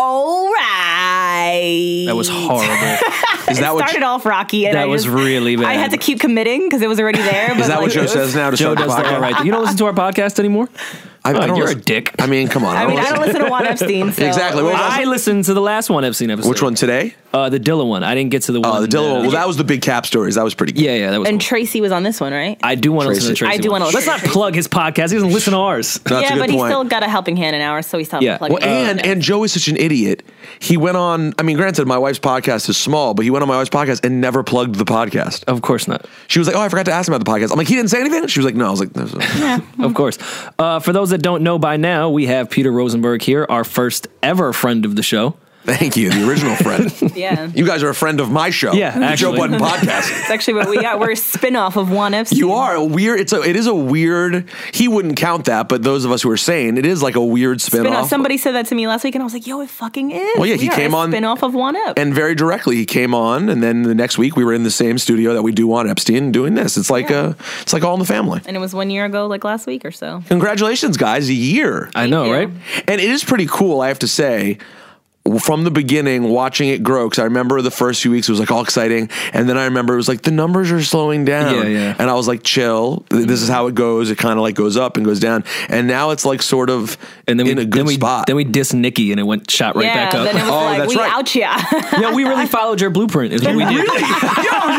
All right. That was horrible. Is that it what started off rocky. And That I was just- really bad. I had to keep committing because it was already there. But Is that like, what Joe it was- says now to Joe start the does podcast? that all right? You don't listen to our podcast anymore. I, Oh, you're listen- a dick. I mean, come on. I mean, I don't listen- listen to Juan Epstein. So Exactly. Well, I listened to the last one Epstein episode. Which one today? Uh, the Dilla one. I didn't get to the one. Oh, the Dilla uh, one. Well, that was the big cap stories. That was pretty good. yeah, yeah, that was. and cool. Tracy was on this one, right? I do want to listen to Tracy. Tracy. I do one. wanna listen Let's to not Tracy. plug his podcast. He doesn't listen to ours. That's yeah, a good but point. he still Oh, got a helping hand in ours, so he still Yeah. yeah. plugged Well, and and Joe is such an idiot. He went on. I mean, granted, my wife's podcast is small, but he went on my wife's podcast and never plugged the podcast. Of course not. She was like, "Oh, I forgot to ask him about the podcast." I'm like, "He didn't say anything." She was like, "No." I was like, "There's a-" Of course. Uh, for those that don't know by now, we have Peter Rosenberg here, our first ever friend of the show. "Thank you, the original friend. yeah. You guys are a friend of my show, Yeah, the Joe actually. Budden podcast." It's actually what we got. We're a spin-off of Juan Epstein. You are a weird. It's a. It is a weird. He wouldn't count that, but those of us who are sane, it is like a weird spin Spin-off. off. Somebody said that to me last week, and I was like, "Yo, it fucking is." Well, yeah, We he are came a on- spin-off of Juan Ep. and very directly, he came on, and then the next week we were in the same studio that we do on Epstein doing this. It's like Yeah. uh It's like all in the family. and it was one year ago, like last week or so. Congratulations, guys! A year. I know, you. right? And it is pretty cool, I have to say. From the beginning, watching it grow, because I remember the first few weeks it was like all exciting, and then I remember it was like the numbers are slowing down, Yeah, yeah. and I was like, chill, th- this is how it goes. It kind of like goes up and goes down, and now it's like sort of And then we in a good then we spot. then we dissed Nikki and it went shot right yeah, back up. then it was Oh, like that's we right. out ya. yeah, we really followed your blueprint. Is what we did. Yo, you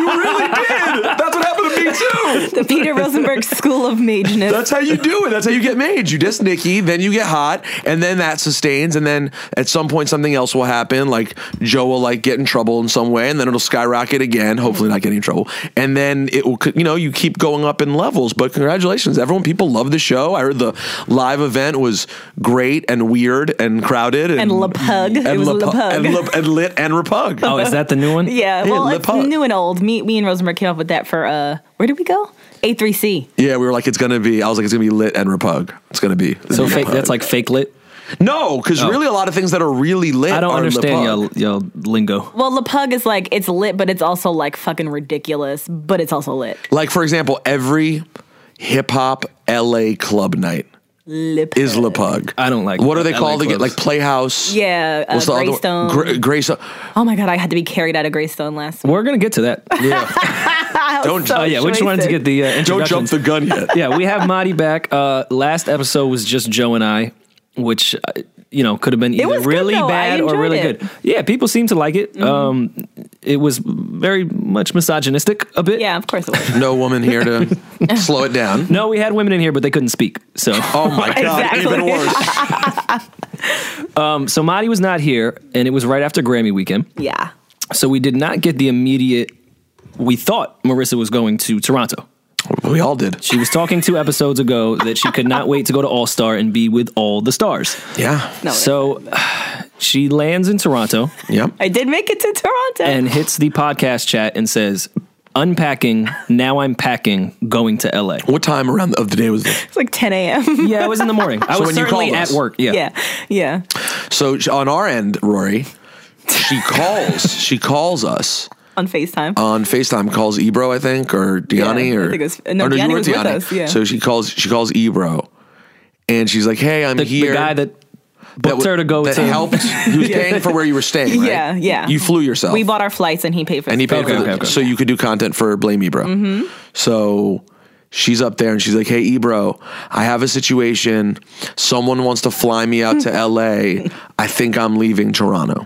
really did. That's what happened to me too. the Peter Rosenberg School of Mageness. That's how you do it. That's how you get made. You diss Nikki, then you get hot, and then that sustains, and then at some point something else will happen. Like Joe will like get in trouble in some way, and then it'll skyrocket again. Hopefully not getting in trouble, and then it will. You know, you keep going up in levels. But congratulations, everyone! People love the show. I heard the live event was great and weird and crowded and, And LePug. It was LePug- LePug. and, Le- and lit and repug. Oh, is that the new one? yeah, Yeah, well, Le it's Pod. new and old. Me, me and Rosenberg came up with that for uh, where did we go? A3C. Yeah, we were like, it's gonna be. I was like, it's gonna be lit and repug. It's gonna be. So it's gonna be fake, repug. that's like fake lit. no, because really a lot of things that are really lit. Oh. I don't are understand repug. y'all, y'all lingo. Well, LePug is like it's lit, but it's also like fucking ridiculous, but it's also lit. Like for example, every hip hop LA club night LePug. is lepug. Eh, I don't like What are they LA called again? clubs. Like Playhouse. yeah, uh, other one? Greystone. Gre- Greystone. oh my god, I had to be carried out of Greystone last. week. We're gonna get to that. Yeah. don't Oh yeah, we just wanted to get the uh, don't introductions. jump the gun yet. yeah, we have Marty back. Uh, last episode was just Joe and I, which uh, you know could have been either was good, really though. I bad or enjoyed really it. Mm-hmm. good. Yeah, people seem to like it. Um, it was very much misogynistic a bit. Yeah, of course it was. No woman here to slow it down. No, we had women in here, but they couldn't speak. So, Oh my god, Exactly. even worse. um, so Marty was not here, and it was right after Grammy weekend. Yeah. So we did not get the immediate. We thought Marissa was going to Toronto. We all did. She was talking two episodes ago that she could not wait to go to All Star and be with all the stars. Yeah. No, So she lands in Toronto Yep. I did make it to Toronto. and hits the podcast chat and says, Unpacking, now I'm packing, going to LA. What time around of the day was this? it's like 10 a.m. Yeah, it was in the morning. I So was when you certainly called at us- work. Yeah. yeah, yeah. So sh- on our end, Rory, she calls. she calls us On FaceTime. on Facetime. Calls Ebro, I think, or Deani, Yeah, I or think it was- no, or you Deani were was with us, yeah. So she calls. She calls Ebro, and she's like, "Hey, I'm The, the here." guy that that booked w- her to go that to. helped. He was paying for where you were staying. right? Yeah, yeah. You flew yourself. we bought our flights and he paid for oh. and he it. paid Okay, for okay, the, okay. so you could do content for Blame Ebro. Mm-hmm. So she's up there and she's like, "Hey Ebro, I have a situation. Someone wants to fly me out to LA. I think I'm leaving Toronto."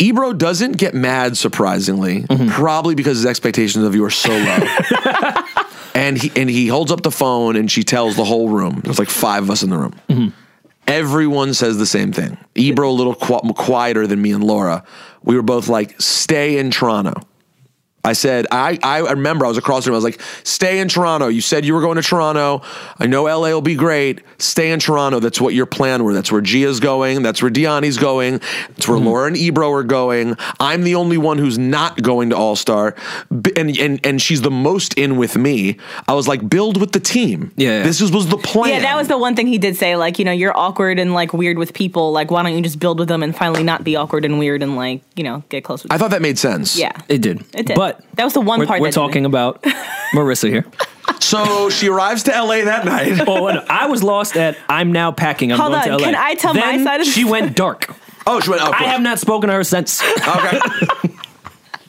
Ebro doesn't get mad surprisingly, Mm-hmm. probably because his expectations of you are so low. and he and he holds up the phone and she tells the whole room. There's like five of us in the room. Everyone says the same thing. Ebro a little qu- quieter than me and Laura. We were both like, "Stay in Toronto." I said, I, I remember I was across the room. I was like, stay in Toronto. You said you were going to Toronto. I know LA will be great. Stay in Toronto. That's what your plan were. That's where Gia's going. That's where Deani's going. That's Mm-hmm. where Laura and Ebro are going. I'm the only one who's not going to All Star. And, and, and she's the most in with me. I was like, build with the team. Yeah, yeah. This is, was the plan. Yeah, that was the one thing he did say. Like, you know, you're awkward and like weird with people. Like, why don't you just build with them and finally not be awkward and weird and like, you know, get close with I thought that made sense. Yeah. It did. It did. But That was the one we're, part we're that didn't. talking about Marissa here. So she arrives to LA that night. Oh, and I was lost at I'm now packing. I'm Hold going on, to LA. can I tell my Then side of the She went dark. Oh, she went. Oh, I cool. have not spoken to her since. okay.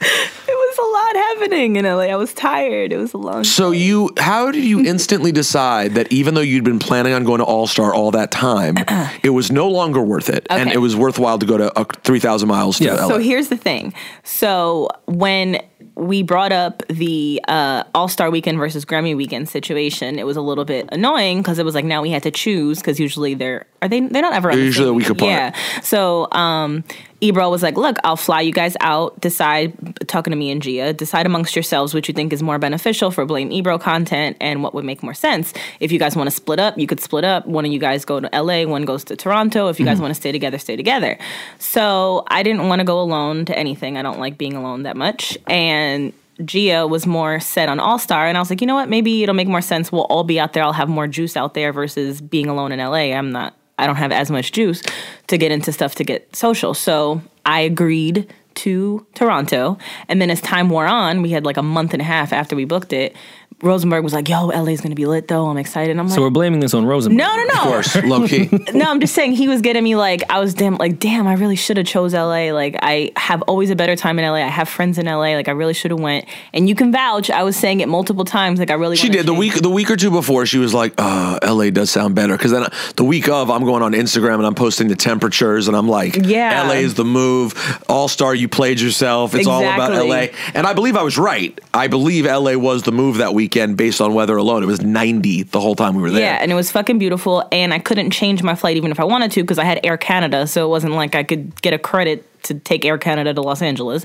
It was a lot happening in LA. I was tired. It was a long. So you, how did you instantly decide that even though you'd been planning on going to All Star all that time, it was no longer worth it, and Okay. it was worthwhile to go to uh, three thousand miles to Yeah. LA? So here's the thing. So when we brought up the uh, All Star Weekend versus Grammy Weekend situation, it was a little bit annoying because it was like now we had to choose because usually they're are they they're not ever on They're the usually same a week apart. Yeah. So um, Ebro was like, "Look, I'll fly you guys out. Decide talking to me and Gia. Decide amongst yourselves what you think is more beneficial for Blame Ebro content and what would make more sense. If you guys want to split up, you could split up. One of you guys go to LA, one goes to Toronto. If you guys want to stay together, stay together." So I didn't want to go alone to anything. I don't like being alone that much, and Gia was more set on All Star, and I was like, you know what? Maybe it'll make more sense. We'll all be out there. I'll have more juice out there versus being alone in LA. I'm not. I don't have as much juice to get into stuff to get social. So I agreed to Toronto, and then as time wore on, we had like a month and a half after we booked it. Rosenberg was like, "Yo, LA's gonna be lit though. I'm excited." I'm like, so we're blaming this on Rosenberg. "No, no, no." of course, low key. no, I'm just saying he was getting me like I was damn like damn I really should have chose LA. Like I have always a better time in LA. I have friends in LA. Like I really should have went. And you can vouch. I was saying it multiple times. Like I really She wanna did the change. week the week or two before. She was like, uh, "LA does sound better." Because then uh, the week of, I'm going on Instagram and I'm posting the temperatures, and I'm like, Yeah. LA is the move. All star, you played yourself. It's all about Exactly. LA." And I believe I was right. I believe LA was the move that weekend based on weather alone. It was 90 the whole time we were there. Yeah, and it was fucking beautiful. And I couldn't change my flight even if I wanted to because I had Air Canada. So it wasn't like I could get a credit to take Air Canada to Los Angeles.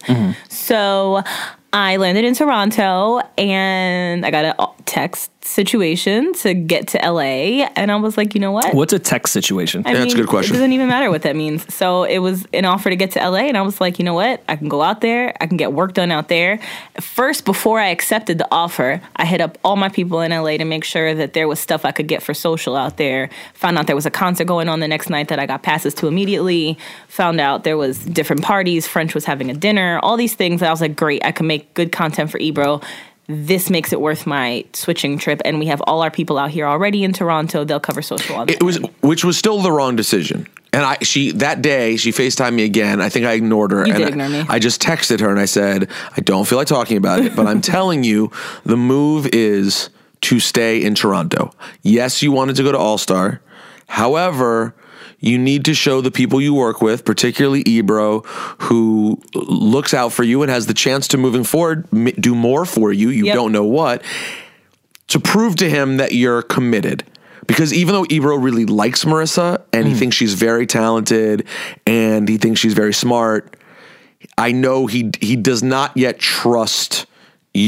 So I landed in Toronto and I got a text situation to get to LA. And I was like, you know what? What's a text situation? I That's a mean, good question. It doesn't even matter what that means. So it was an offer to get to LA, and I was like, you know what? I can go out there. I can get work done out there. First, before I accepted the offer, I hit up all my people in LA to make sure that there was stuff I could get for social out there. Found out there was a concert going on the next night that I got passes to immediately. Found out there was different parties. French was having a dinner. All these things. that I was like, great. I can make good content for Ebro this makes it worth my switching trip and we have all our people out here already in toronto they'll cover social on It was, which was still the wrong decision. And I, she that day, she Facetimed me again. I think I ignored her. You and did I- ignore me. I just texted her and I said, I don't feel like talking about it, but I'm telling you, the move is to stay in Toronto. Yes, you wanted to go to All Star. However, you need to show the people you work with, particularly Ebro, who looks out for you and has the chance to moving forward m- do more for you. You Yep. don't know what to prove to him that you're committed. Because even though Ebro really likes Marissa and he thinks she's very talented and he thinks she's very smart, I know he he does not yet trust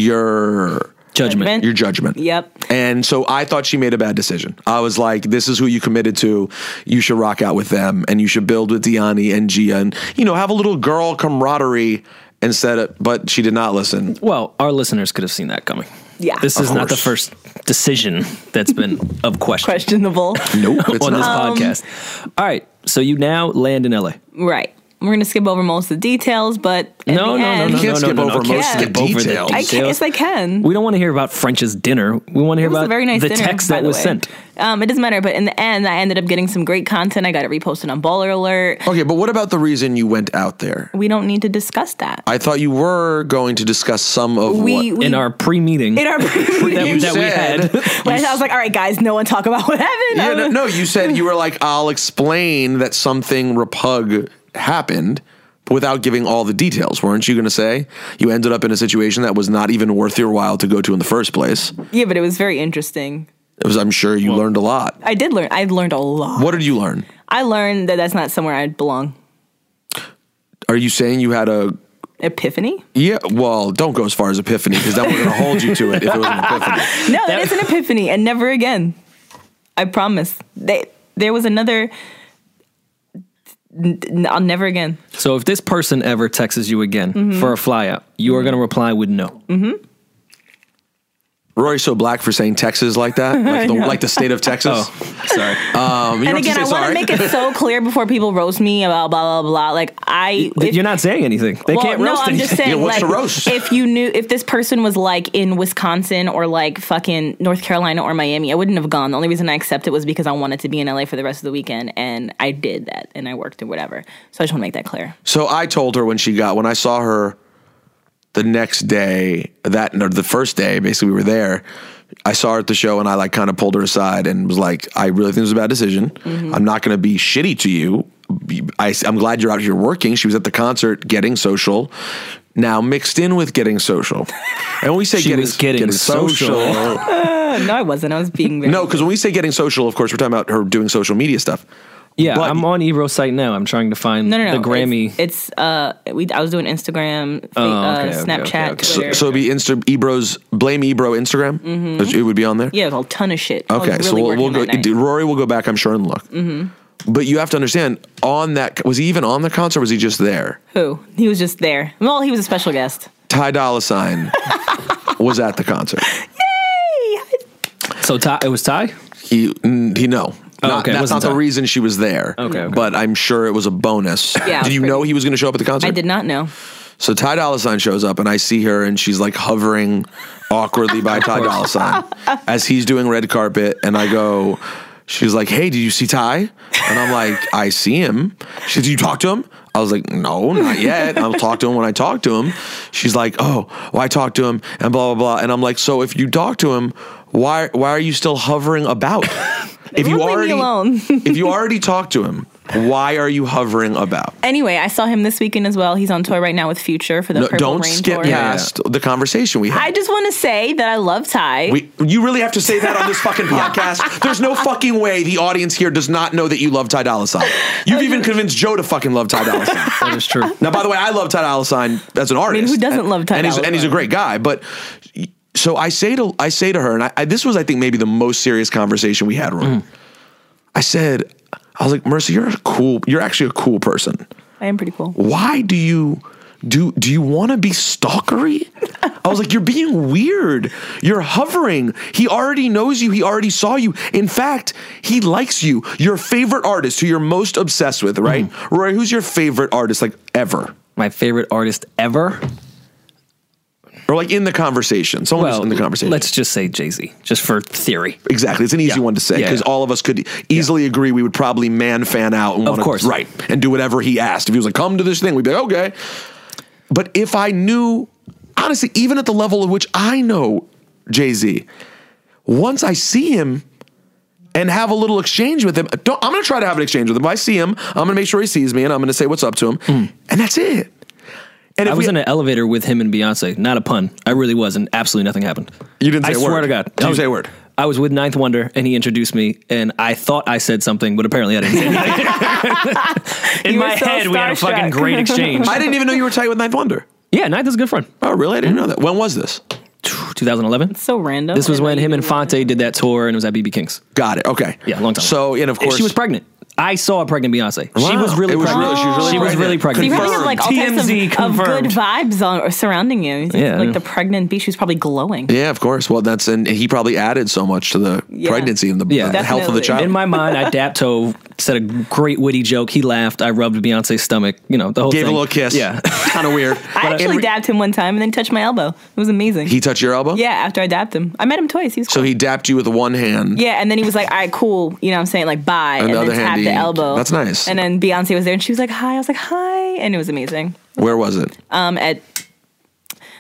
your Judgment. Judgment. your judgment. Yep. And so I thought she made a bad decision. I was like, this is who you committed to. You should rock out with them and you should build with Diani and Gia and, you know, have a little girl camaraderie instead of, but she did not listen. Well, our listeners could have seen that coming. Yeah. This Of is not the course. first decision that's been of question, questionable. Nope. It's on this not. Um, podcast. All right. So you now land in LA. right. We're gonna skip over most of the details, but at No, no, the no, end, no, You can't no, skip no, no, over no. most of the skip over details. I can, yes, I can. We don't want to hear about French's dinner. We want to It hear was about a very nice the dinner, text by that the was way. sent. Um, it doesn't matter, but in the end, I ended up getting some great content. I got it reposted on Baller Alert. okay, but what about the reason you went out there? We don't need to discuss that. I thought you were going to discuss some of we, what. we in our pre-meeting in our that, preview. that we had. Like, I was like, all right, guys, no one talk about what happened. Yeah, I no, was- no, you said you were like, I'll explain that something repug happened without giving all the details. Weren't you going to say you ended up in a situation that was not even worth your while to go to in the first place? yeah, but it was very interesting. It was, I'm sure you learned a lot. I did learn. I learned a lot. What did you learn? I learned that that's not somewhere I belong. Are you saying you had a. Epiphany? Yeah, well, don't go as far as epiphany because then we're going to hold you to it if it was an epiphany. No, that is an epiphany, and never again. I promise. They, there was another. n- n- I'll never again. So if this person ever Mm-hmm. texts you again for a fly out, you are going to reply with no. Rory's so black for saying Texas like that, like the, like the state of Texas. Oh, sorry. Um, you Oh. and don't again, I have to say want to sorry. make it so clear before people roast me about blah blah blah. Like I, if- You're not saying anything. They well, can't no, roast I'm anything. just saying, Yeah, what's like, to roast? if you knew, if this person was like in Wisconsin or like fucking North Carolina or Miami, I wouldn't have gone. The only reason I accepted was because I wanted to be in LA for the rest of the weekend, and I did that, and I worked or whatever. So I just want to make that clear. So I told her when she got when I saw her the next day that no, the first day basically we were there. I saw her at the show and I like kind of pulled her aside and was like, I really think it was a bad decision. Mm-hmm. I'm not going to be shitty to you. I, am glad you're out here working. She was at the concert getting social. Now mixed in with getting social, and when we say She getting, was getting social. Uh, no, I wasn't. I was being very no, because when we say getting social, of course we're talking about her doing social media stuff. Yeah, But- I'm on Ebro's site now. I'm trying to find No, no, no. the Grammy. Oh, It's, it's, uh, we, I was doing Instagram, fa- okay, uh, okay, Snapchat, okay, okay. Twitter. So, so it'd be Insta Ebro's blame Ebro Instagram. Mm-hmm. It would be on there. yeah, it was a ton of shit. I was Okay, so really we'll, we'll working go. that night. Rory will go back, I'm sure, and look. But you have to understand on that was he even on the concert? Or was he just there? Who? He was just there. Well, he was a special guest. Ty Dolla Sign was at the concert. So Ty, it was Ty. He mm, he no. Oh, Not- okay, it that's wasn't not the Ty. reason she was there. Okay, okay. but I'm sure it was a bonus. Yeah, Did you pretty- know he was going to show up at the concert? I did not know. So Ty Dolla Sign shows up, and I see her, and she's like hovering awkwardly by Ty Dolla Sign as he's doing red carpet, and I go. She's like, "Hey, did you see Ty?" And I'm like, "I see him." She, "Did you talk to him?" I was like, "No, not yet." I'll talk to him when I talk to him. She's like, "Oh, well, I talked to him," and blah blah blah. And I'm like, "So if you talk to him, why why are you still hovering about? If you Leave me already alone. if you already talked to him, why are you hovering about?" Anyway, I saw him this weekend as well. He's on tour right now with Future for the No, Purple don't Rain skip tour. past the conversation we had. I just want to say that I love Ty. We, you really have to say that on this fucking podcast. There's no fucking way the audience here does not know that you love Ty Dolla Sign. You've even convinced Joe to fucking love Ty Dolla Sign. That is true. Now, by the way, I love Ty Dolla Sign as an artist. who doesn't and, love Ty And he's, Dolla and he's a Sign? great guy, but. So I say to I say to her, and I, I, this was I think maybe the most serious conversation we had, Roy. I said, I was like, Mercy, you're a cool, you're actually a cool person I am pretty cool. why do you do do you want to be stalkery? I was like, you're being weird. You're hovering. He already knows you. He already saw you. In fact, he likes you. Your favorite artist, who you're most obsessed with, right? Roy, who's your favorite artist, like ever, My favorite artist ever. or like in the conversation? Someone who's in the conversation. let's just say Jay Z, just for theory. exactly. It's an easy Yeah. one to say Yeah, because yeah. all of us could easily agree. We would probably man fan out and Of wanna, course. right, and do whatever he asked. If he was like, "Come to this thing," we'd be like, "Okay." But if I knew, honestly, even at the level at which I know Jay Z, once I see him and have a little exchange with him, don't, I'm going to try to have an exchange with him. If I see him, I'm going to make sure he sees me and I'm going to say what's up to him. And that's it. And if I Hmm. was we, in an elevator with him and Beyonce. Not a pun. I really was, and absolutely nothing happened. You didn't say I a swear word. to God. Did you Dude, say a word? I was with Ninth Wonder, and he introduced me, and I thought I said something, but apparently I didn't. Say anything. In You were my so head, we had a fucking starstruck. great exchange. I didn't even know you were tight with Ninth Wonder. yeah, Ninth is a good friend. Oh, really? I Hmm. didn't know that. When was this? 2011. So random. This was I when know him you and do Fonte did that tour, and it was at BB King's. Got it. Okay. Yeah, long time. So, and of And course, She was pregnant. I saw a pregnant Beyonce. She Wow. was really It was pregnant. really- she was She really really pregnant. So pregnant. you probably have Confirmed. like all types TMZ of, of confirmed. good vibes on or surrounding you. He's Yeah. like the pregnant bee. She's probably glowing. Yeah, of course. Well, that's and he probably added so much to the Yeah. pregnancy and the, Yeah. the health of the Definitely. child. In my mind, I dapto said a great witty joke. He laughed. I rubbed Beyonce's stomach. You know the whole Gave thing. a little kiss. Yeah. kind of weird. I And actually re- dabbed him one time and then touched my elbow. It was amazing. He touched your elbow. yeah, after I dabbed him, I met him twice. He was So cool. he dapped you with one hand. Yeah, and then he was like, "All right, cool." You know, what I'm saying like, "Bye," and, the then other hand, tapped he- the elbow. that's nice. And then Beyonce was there, and she was like, "Hi." I was like, "Hi," and it was amazing. Where was it? Um, at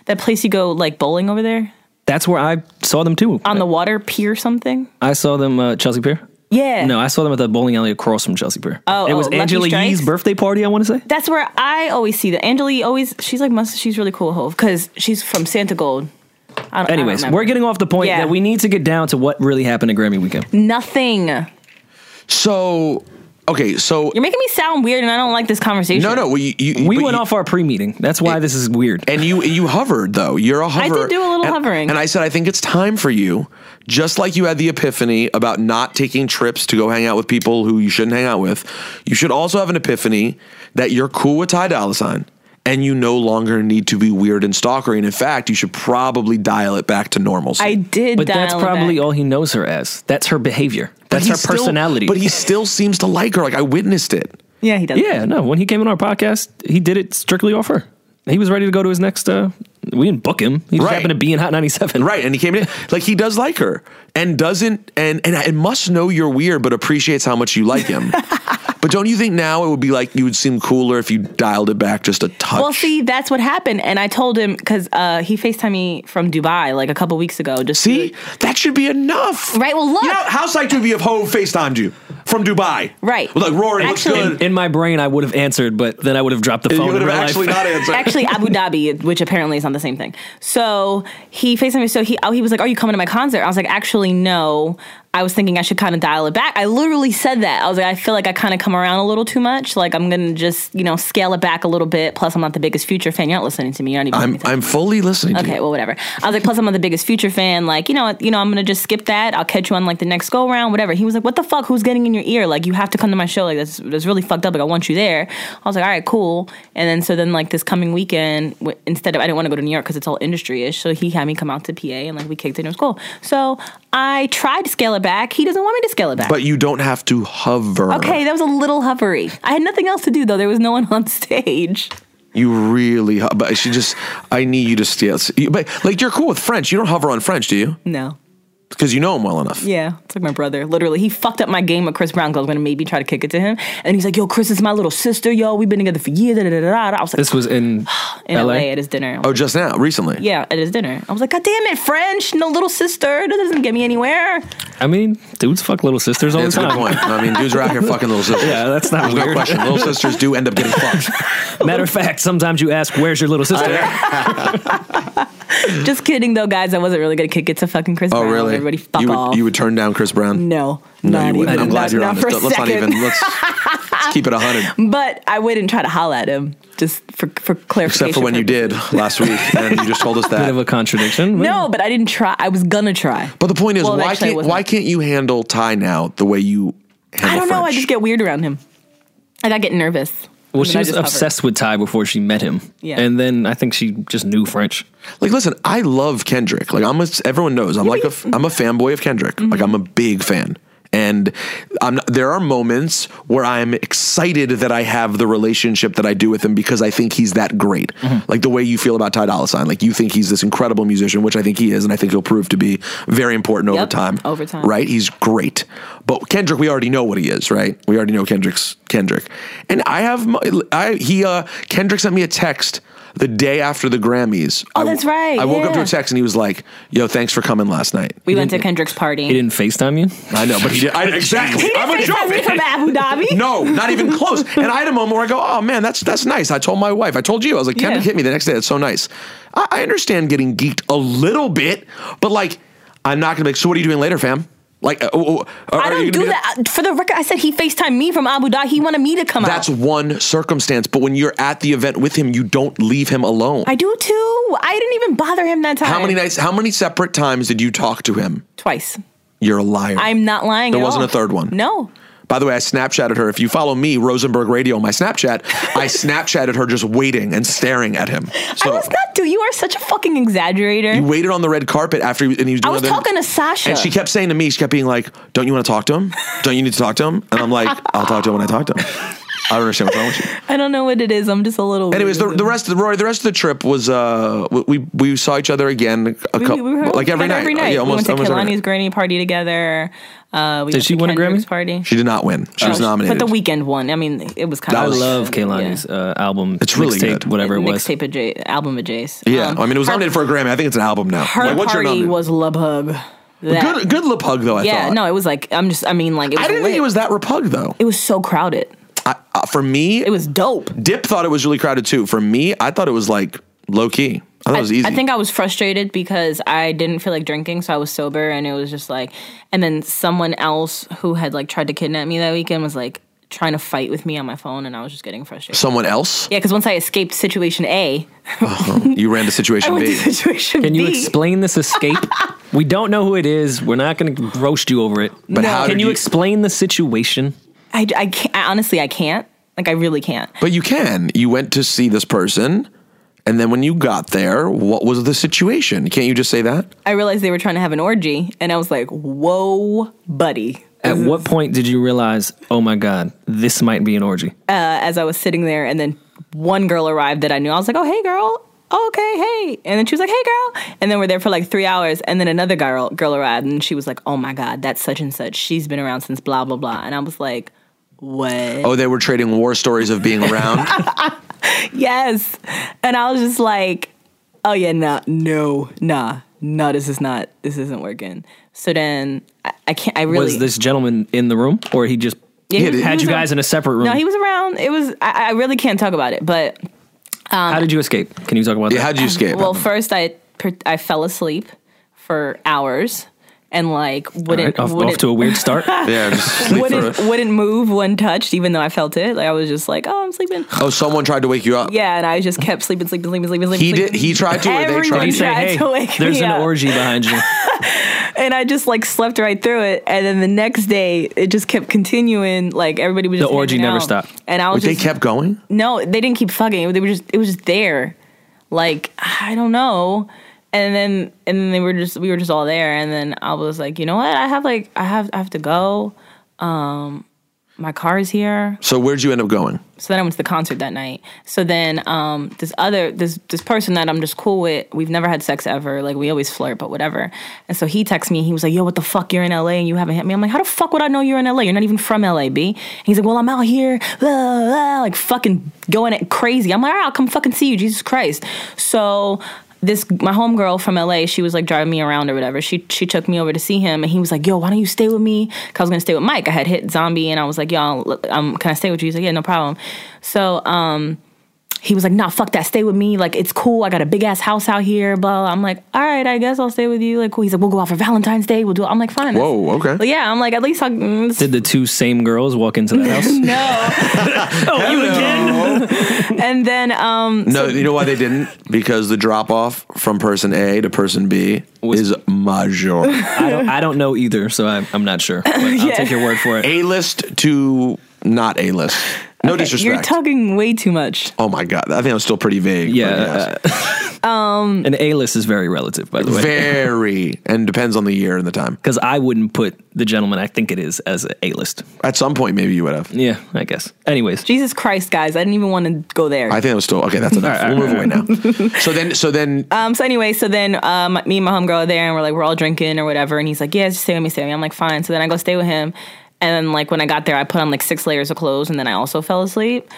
that place you go like bowling over there That's where I saw them too. on the water pier something. I saw them uh, Chelsea Pier. Yeah. No, I saw them at the bowling alley across from Chelsea Pier. Oh, it was oh, Lucky Angela Strikes? Yee's birthday party. I want to say. That's where I always see that. Angelique always, she's like, must, she's really cool, Hove, because she's from Santa Gold. I don't, Anyways, I don't remember. we're getting off the point Yeah. Mm. that we need to get down to what really happened at Grammy weekend. nothing. You're So okay. So making me sound weird, and I don't like this conversation. no, no. Well, you, you, We but went you- off our pre-meeting. That's why this is weird. And you you hovered though. You're a hover. did do a little and- hovering. And I said, I think it's time for you. Just like you had the epiphany about not taking trips to go hang out with people who you shouldn't hang out with, you should also have an epiphany that you're cool with Ty Dolla Sign and you no longer need to be weird and stalkery. And in fact, you should probably dial it back to normalcy. I did. But that's dial it probably back. all he knows her as. That's her behavior. But That's he her still- personality. but he still seems to like her. Like I witnessed it. Yeah, he does. yeah, no. When he came on our podcast, he did it strictly off her. He was ready to go to his next. Uh, we didn't book him. He just Right. happened to be in Hot ninety seven. Right. And he came in like he does like her and doesn't and and, and must know you're weird, but appreciates how much you like him. but don't you think now it would be like you would seem cooler if you dialed it back just a touch? Well, see, that's what happened, and I told him because uh, he Facetime me from Dubai like a couple weeks ago. Just to- See, that should be enough. Right, well, look. You know, how psyched would you be if Ho FaceTimed you from Dubai? Right. Like, Rory, looks Actually- good. In my brain, I would have answered, but then I would have dropped the And phone. you would in have real life. actually not answered. Actually, Abu Dhabi, which apparently is not the same thing. So he FaceTimed me. So he oh, he was like, "Are you coming to my concert?" I was like, "Actually, no." I was thinking I should kind of dial it back. I literally said that. I was like, "I feel like I kind of come around a little too much. Like I'm gonna just you know scale it back a little bit. Plus, I'm not the biggest Future fan. You're not listening to me. You're not even. I'm, listening to me. I'm fully listening to Okay, you. well, whatever. I was like, plus I'm not the biggest Future fan. Like, you know, what- you know, I'm gonna just skip that. I'll catch you on like the next go round, whatever. He was like, what the fuck? Who's getting in your ear? Like, you have to come to my show. Like, that's that's really fucked up. Like, I want you there. I was like, all right, cool. And then so then like this coming weekend, w- instead of I didn't want to go to New York because it's all industry ish. So he had me come out to PA and like we kicked it. and It was cool. So I tried to scale it back. He doesn't want me to scale it back. But you don't have to hover. okay, that was a little hovery. I had nothing else to do though. There was no one on stage. You really, ho- but she just, I need you to steal. But like, you're cool with French. You don't hover on French, do you? No. Because you know him well enough. Yeah, it's like my brother. Literally, he fucked up my game with Chris Brown because I was gonna maybe try to kick it to him, and he's like, "Yo, Chris is my little sister. Yo, we've been together for years." Da, da, da, da, da. I was like, This was in, in LA. LA? at his dinner. Oh, just now, recently. yeah, at his dinner. I was like, "God damn it, French, no little sister. That doesn't get me anywhere." I mean, dudes fuck little sisters all That's the a good time. point. I mean, dudes are out here fucking little sisters. Yeah, that's not There's no weird. question. Little sisters do end up getting fucked. Matter of fact, sometimes you ask, "Where's your little sister?" Just kidding though, guys. I wasn't really gonna kick it to fucking Chris Oh, Brown. really? Everybody, fuck you would, off. You would turn down Chris Brown? no, No, not you wouldn't. even. I'm glad not, you're not honest. for a Let's not second. even, let's, let's keep it 100. But I wouldn't try to holla at him just for for clarification. Except for when you did last week and you just told us Bit of that. a contradiction. No, but I didn't try. I was gonna try. But the point is, Well, why, actually, I can't, wasn't. why can't you handle Ty now the way you handle I don't know. I French? just get weird around him. Like I get nervous. Well, And then she I was just hover. obsessed with Ty before she met him. Yeah. And then I think she just knew French. Like, listen, I love Kendrick. Like, I'm a, everyone knows I'm like a f- I'm a fanboy of Kendrick. Like, I'm a Mm-hmm. big fan. And I'm not, there are moments where I'm excited that I have the relationship that I do with him because I think he's that great. Mm-hmm. Like the way you feel about Ty Dolla Sign, like you think he's this incredible musician, which I think he is, and I think he'll prove to be very important over Yep, time. over time. right? He's great. But Kendrick, we already know what he is, right? We already know Kendrick's Kendrick. And I have, my, I he uh Kendrick sent me a text the day after the Grammys. Oh, that's right, I woke up to yeah. a text and he was like, "Yo, thanks for coming last night." We went to Kendrick's party. He didn't FaceTime you? I know, but he did. I, exactly. He didn't I'm a FaceTime me joke. from Abu Dhabi. No, not even close. And I had a moment where I go, "Oh man, that's that's nice." I told my wife, I told you, I was like, "Kendrick Yeah. hit me the next day. That's so nice." I, I understand getting geeked a little bit, but like, I'm not gonna be like, "So what are you doing later, fam?" Like, uh, oh, oh, are, I are you don't gonna do be- that. Uh, For the record, I said he FaceTimed me from Abu Dhabi. He wanted me to come That's out. one circumstance, but when you're at the event with him, you don't leave him alone. I do too. I didn't even bother him that time. how many nights? How many separate times did you talk to him? Twice. You're a liar. I'm not lying. There at wasn't all. a third one. No. By the way, I Snapchatted her. If you follow me, Rosenberg Radio, on my Snapchat, I Snapchatted her just waiting and staring at him. I So was not do. You are such a fucking exaggerator. he waited on the red carpet after he was, and he was doing I was other- talking to Sasha. And she kept saying to me, she kept being like, Don't you want to talk to him? Don't you need to talk to him? And I'm like, I'll talk to him when I talk to him. I don't understand what's wrong with you. I don't know what it is. I'm just a little. Anyways, the, weird. the rest of the Rory, the rest of the trip was uh we we, we saw each other again a couple we, we were like every together night. Every night. Yeah, almost, we went to almost every Kelani's night. granny party together. Uh, we Did went she to win a Grammy? Kendrick's Party. She did not win. She was nominated. Oh, But the weekend won. I mean, it was kind That of. I was- love Kaylani's uh, album. It's really mixtape, good. Whatever it was. Mixtape of J- album of J's. yeah, Um, I mean it was her- nominated for a Grammy. I think it's an album now. Her Like, what's your party nomin- was love hug. That- good. Good lip hug though. I yeah, thought. no, it was like I'm just. I mean, like it was I didn't lit. think it was that repug though. It was so crowded. I, uh, for me, It was dope. Dip thought it was really crowded too. For me, I thought it was like low key. I thought it was easy. I think I was frustrated because I didn't feel like drinking, so I was sober, and it was just like. And then someone else who had like tried to kidnap me that weekend was like trying to fight with me on my phone, and I was just getting frustrated. someone else. yeah, because once I escaped situation A, You ran to I situation went to B. situation Can B. you explain this escape? we don't know who it is. We're not going to roast you over it. But how Can did you, you- explain the situation? I, I can't. I, honestly, I can't. Like I really can't. But you can. You went to see this person, and then when you got there, what was the situation? Can't you just say that? I realized they were trying to have an orgy, and I was like, "Whoa, buddy!" At what point did you realize, oh my God, this might be an orgy? As I was sitting there, and then one girl arrived that I knew. I was like, "Oh, hey, girl." Oh, okay, hey. And then she was like, "Hey, girl." And then we're there for like three hours, and then another girl girl arrived, and she was like, "Oh my God, that's such and such. She's been around since blah blah blah." And I was like, "What?" Oh, they were trading war stories of being around. Yes. And I was just like, oh yeah, nah, no, nah, nah, this is not, this isn't working. So then I, I can't, I really. Was this gentleman in the room or he just Yeah, he was- had he you was guys in- in a separate room? no, he was around. It was, I, I really can't talk about it. But, How did you escape? Can you talk about yeah, that? how'd you escape? well, first I, per- I fell asleep for hours and like All right, wouldn't, off, wouldn't off to a weird start. yeah, just sleep through wouldn't, it. wouldn't move when touched, even though I felt it. Like I was just like, oh, I'm sleeping. Oh, someone tried to wake you up. Yeah, and I just kept sleeping, sleeping, sleeping, sleeping, sleeping. He did. He tried to, or they Everyone tried you to. tried. say, tried hey, to wake there's me an up. orgy behind you. and I just like slept right through it. And then the next day, it just kept continuing. Like everybody was The just orgy hanging never out. stopped. And I was But they just kept going. no, they didn't keep fucking. They were just it was just there. Like I don't know. And then and then they were just we were just all there. And then I was like, you know what? I have like I have I have to go. Um, my car is here. So where'd you end up going? So then I went to the concert that night. So then um, this other this this person that I'm just cool with, we've never had sex ever. Like we always flirt, but whatever. And so he texts me. He was like, "Yo, what the fuck? You're in LA and you haven't hit me." I'm like, "How the fuck would I know you're in LA? You're not even from LA, b." And he's like, "Well, I'm out here, blah, blah, blah," like fucking going it crazy." I'm like, "All right, I'll come fucking see you, Jesus Christ." So this my homegirl from LA, she was like driving me around or whatever. She she took me over to see him, and he was like, "Yo, why don't you stay with me?" Cause I was gonna stay with Mike. I had hit zombie, and I was like, "Yo, um, can I stay with you?" He's like, "Yeah, no problem." So um, he was like, "Nah, fuck that. Stay with me. Like it's cool. I got a big ass house out here." Blah. blah. I'm like, "All right, I guess I'll stay with you." Like cool. He's like, "We'll go out for Valentine's Day. We'll do." It. I'm like, "Fine." Whoa, okay. But yeah, I'm like, at least I'll. mm, it's Did the two same girls walk into the house? no. oh, you again? and then um No, you know why they didn't? Because the drop off from person A to person B is major. I don't, I don't know either, so I, I'm not sure. But I'll take your word for it. A list to not A list. No disrespect. you're talking way too much. oh my god, I think I'm still pretty vague. but yes. Yeah. um, an A list is very relative, by the way, very and depends on the year and the time. because I wouldn't put the gentleman I think it is as an A list. At some point, maybe you would have. Yeah, I guess. Anyways, Jesus Christ, guys, I didn't even want to go there. I think it was still okay. That's enough. All right, we'll all move away now. So then, so then, Um, so anyway, so then um, me and my homegirl are there, and we're like, we're all drinking or whatever, and he's like, yeah, just stay with me, stay with me. I'm like, fine. So then I go stay with him, and then like when I got there, I put on like six layers of clothes, and then I also fell asleep.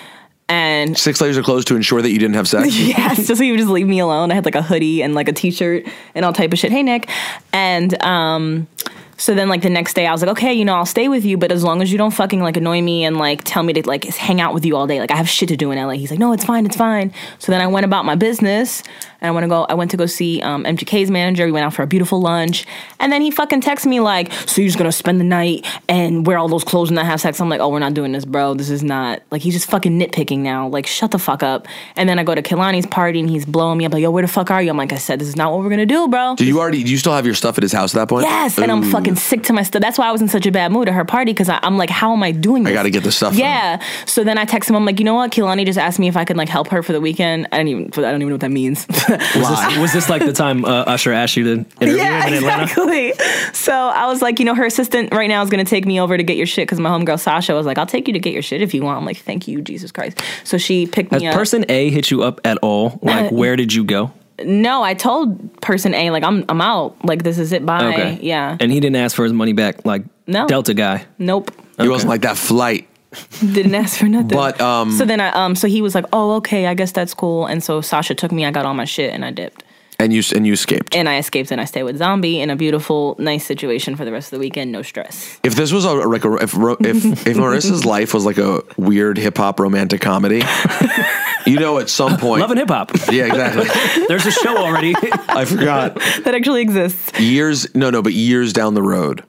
And six layers of clothes to ensure that you didn't have sex. yes, just so he would just leave me alone. I had like a hoodie and like a t-shirt and all type of shit. Hey Nick, and um, so then like the next day, I was like, okay, you know, I'll stay with you, but as long as you don't fucking like annoy me and like tell me to like hang out with you all day, like I have shit to do in LA. He's like, no, it's fine, it's fine. So then I went about my business, and I want to go. I went to go see um, MGK's manager. We went out for a beautiful lunch, and then he fucking texts me like, so you're just gonna spend the night and wear all those clothes and not have sex? I'm like, oh, we're not doing this, bro. This is not like he's just fucking nitpicking now. Like, shut the fuck up. And then I go to Kilani's party and he's blowing me up like, yo, where the fuck are you? I'm like, I said, this is not what we're gonna do, bro. Do you already? Do you still have your stuff at his house at that point? Yes, and I'm Ooh. fucking sick to my stuff. That's why I was in such a bad mood at her party because I'm like, how am I doing this? I gotta get the stuff. Yeah. So then I text him. I'm like, you know what? Kilani just asked me if I could like help her for the weekend. I don't even. I don't even know what that means. was this, was this like the time uh, Usher asked you to interview him in Atlanta? exactly. So I was like, you know, her assistant right now is going to take me over to get your shit because my homegirl Sasha was like, I'll take you to get your shit if you want. I'm like, thank you, Jesus Christ. So she picked Has me up. person A hit you up at all? Uh, Like, where did you go? no, I told person A like I'm I'm out. Like this is it. Bye. Yeah. And he didn't ask for his money back, like No. Delta guy. nope. He wasn't like that flight. Didn't ask for nothing. But, um, so then I um so he was like, oh okay, I guess that's cool. And so Sasha took me. I got all my shit and I dipped. And you and you escaped. And I escaped and I stayed with Zombie in a beautiful, nice situation for the rest of the weekend. No stress. If this was a like a, if ro- if if Marissa's life was like a weird hip hop romantic comedy, you know, at some point, Love and hip hop. yeah, exactly. There's a show already. I forgot That actually exists. years. No, no, but years down the road,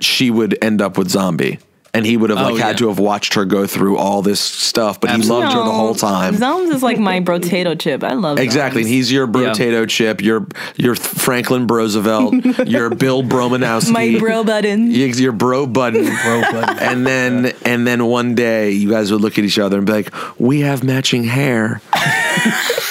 she would end up with zombie, and he would have like Oh, had yeah. to have watched her go through all this stuff, but he loved her the No, whole time. Zones is like my potato chip. I love Exactly, Zones. and he's your potato chip, your your Franklin Roosevelt, your Bill Bromanowski, my bro button. your, your bro button, Bro button. and then and then one day you guys would look at each other and be like, "We have matching hair,"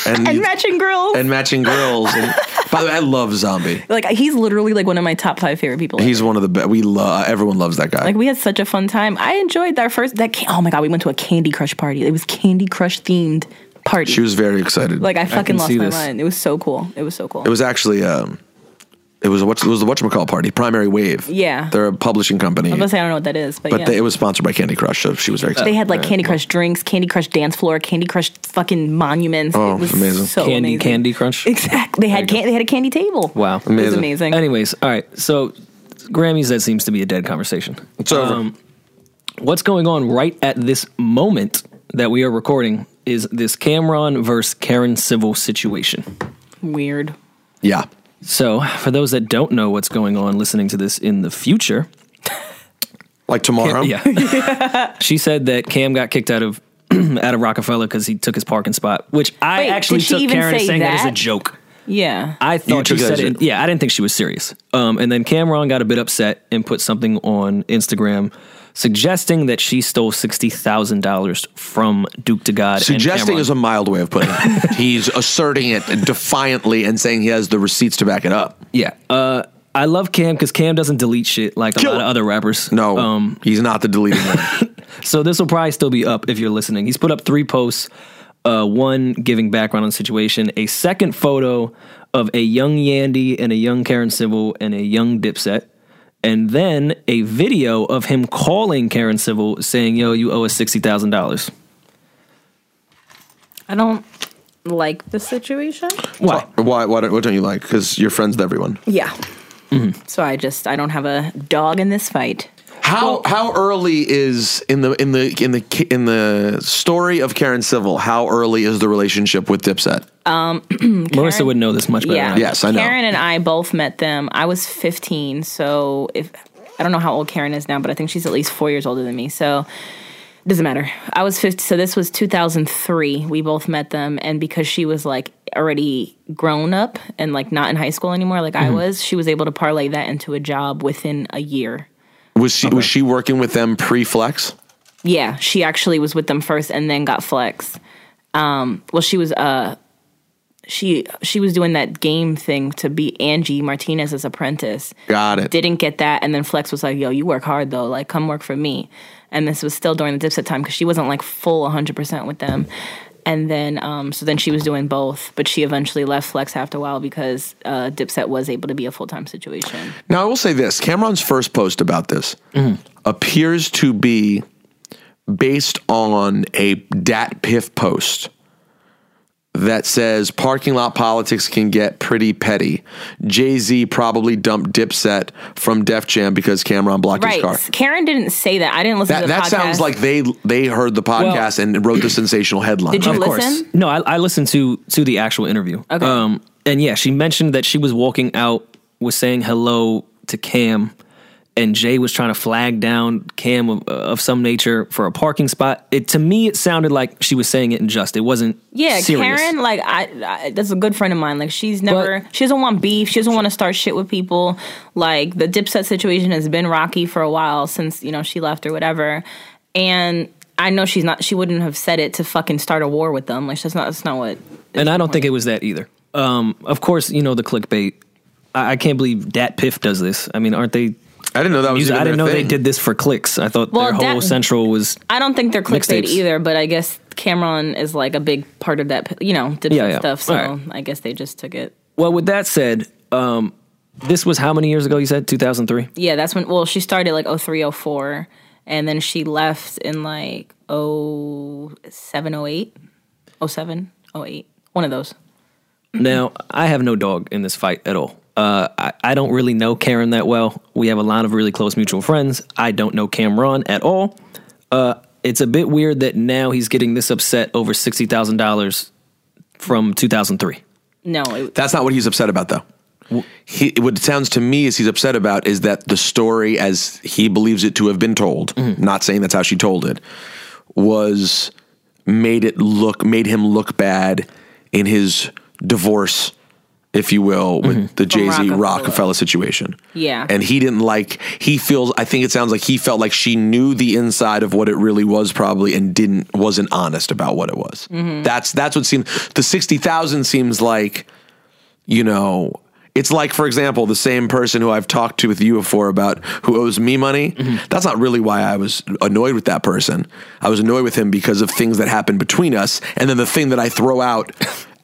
and And you- matching grills. and matching grills. And by the way, I love Zombie. like he's literally like one of my top five favorite people. He's one of the best. We love. Everyone loves that guy. Like we had such a fun time. I enjoyed our first that. Can- oh my god, we went to a Candy Crush party. It was Candy Crush themed party. she was very excited. like I fucking can lost see my this. mind. It was so cool. It was so cool. It was actually um, it was what it was the whatchamacall party, Primary Wave. Yeah. they're a publishing company, I was gonna say I don't know what that is, but, but yeah. they, it was sponsored by Candy Crush, so she was very excited. They had like Candy Crush drinks, Candy Crush dance floor, Candy Crush fucking monuments. Oh, it was amazing. so Candy amazing. Candy Crunch. Exactly. They had can- they had a candy table. Wow. It was Amazing. amazing. Anyways, all right. So Grammys, that seems to be a dead conversation. It's over. what's going on right at this moment that we are recording is this Cameron versus Karen Civil situation. Weird. yeah, So, for those that don't know what's going on listening to this in the future, like tomorrow. yeah. she said that Cam got kicked out of out of Rockefeller because he took his parking spot, which I Wait, actually did she took even Karen say as saying that? that? as a joke. Yeah. I thought she took it said as a it. joke. Yeah, I didn't think she was serious. Um, and then Cameron got a bit upset and put something on Instagram suggesting that she stole sixty thousand dollars from Duke to God. Suggesting and is a mild way of putting it. He's asserting it defiantly and saying he has the receipts to back it up. yeah. Uh, I love Cam because Cam doesn't delete shit like a Kill lot of him. other rappers. No, Um, he's not the deleting one. So this will probably still be up if you're listening. He's put up three posts, uh, one giving background on the situation, a second photo of a young Yandy and a young Karen Civil and a young Dipset, and then a video of him calling Karen Civil saying, "Yo, you owe us sixty thousand dollars." I don't like the situation. Why? Why? Why don't, what don't you like? Because you're friends with everyone. Yeah. Mm-hmm. So I just I don't have a dog in this fight. How how early is in the in the in the ki- in the story of Karen Civil? How early is the relationship with Dipset? Marissa would know this much better. Yeah. Than I. Yes, I know. Karen and I both met them. I was 15, so if I don't know how old Karen is now, but I think she's at least four years older than me. So it doesn't matter. I was 50, so this was 2003. We both met them, and because she was like already grown up and like not in high school anymore, like Mm-hmm. I was, she was able to parlay that into a job within a year. Was she was she working with them pre Flex? Yeah, she actually was with them first and then got flex. Um, well, she was uh, she she was doing that game thing to be Angie Martinez's apprentice. Got it. Didn't get that, and then Flex was like, "Yo, you work hard though. Like, come work for me." And this was still during the Dipset time because she wasn't like full 100 percent with them. And then um, so then she was doing both, but she eventually left Flex after a while because uh, Dipset was able to be a full time situation. Now I will say this: Cameron's first post about this Mm-hmm. appears to be based on a Dat Piff post that says parking lot politics can get pretty petty. Jay Z probably dumped Dipset from Def Jam because Cameron blocked his Right. car. Karen didn't say that. I didn't listen to That, the that podcast. sounds like they they heard the podcast and wrote the sensational headline. Did you Of course. listen? No, I, I listened to to the actual interview. Okay. Um, and yeah, she mentioned that she was walking out, was saying hello to Cam, and Jay was trying to flag down Cam of, of some nature for a parking spot. It to me, it sounded like she was saying it in jest. It wasn't. Yeah, serious. Karen, like I, I, that's a good friend of mine. Like she's never, But- she doesn't want beef. She doesn't want to start shit with people. Like the Dipset situation has been rocky for a while since you know she left or whatever. And I know she's not. She wouldn't have said it to fucking start a war with them. Like that's not. That's not what. and I don't think it was that either. Um, of course, you know the clickbait. I, I can't believe Dat Piff does this. I mean, aren't they? I didn't know that was. Music, even I didn't their know they thing. did this for clicks. I thought Well, their whole Dat- central was I don't think they're clickbait Mixtapes. either. But I guess Cameron is like a big part of that. You know, Dipset Yeah, yeah. stuff. So All right. I guess they just took it. Well, with that said, um, this was how many years ago? You said 2003. Yeah, that's when. Well, she started like 03, 04, and then she left in like 07, 08, 07, 08, one of those. Now, I have no dog in this fight at all. Uh, I, I don't really know Karen that well. We have a lot of really close mutual friends. I don't know Cameron at all. Uh, it's a bit weird that now he's getting this upset over sixty thousand dollars from 2003. No, it, That's not what he's upset about though. he, what it sounds to me is he's upset about is that the story, as he believes it to have been told, Mm-hmm. not saying that's how she told it, was made it look made him look bad in his divorce, if you will, with the Jay Z Mm-hmm. Rockefeller. Rockefeller situation. Yeah. and he didn't like. He feels. I think it sounds like he felt like she knew the inside of what it really was, probably, and didn't wasn't honest about what it was. Mm-hmm. That's that's what seems. The sixty thousand seems like you know, it's like, for example, the same person who I've talked to with you before about who owes me money. That's not really why I was annoyed with that person. I was annoyed with him because of things that happened between us. And then the thing that I throw out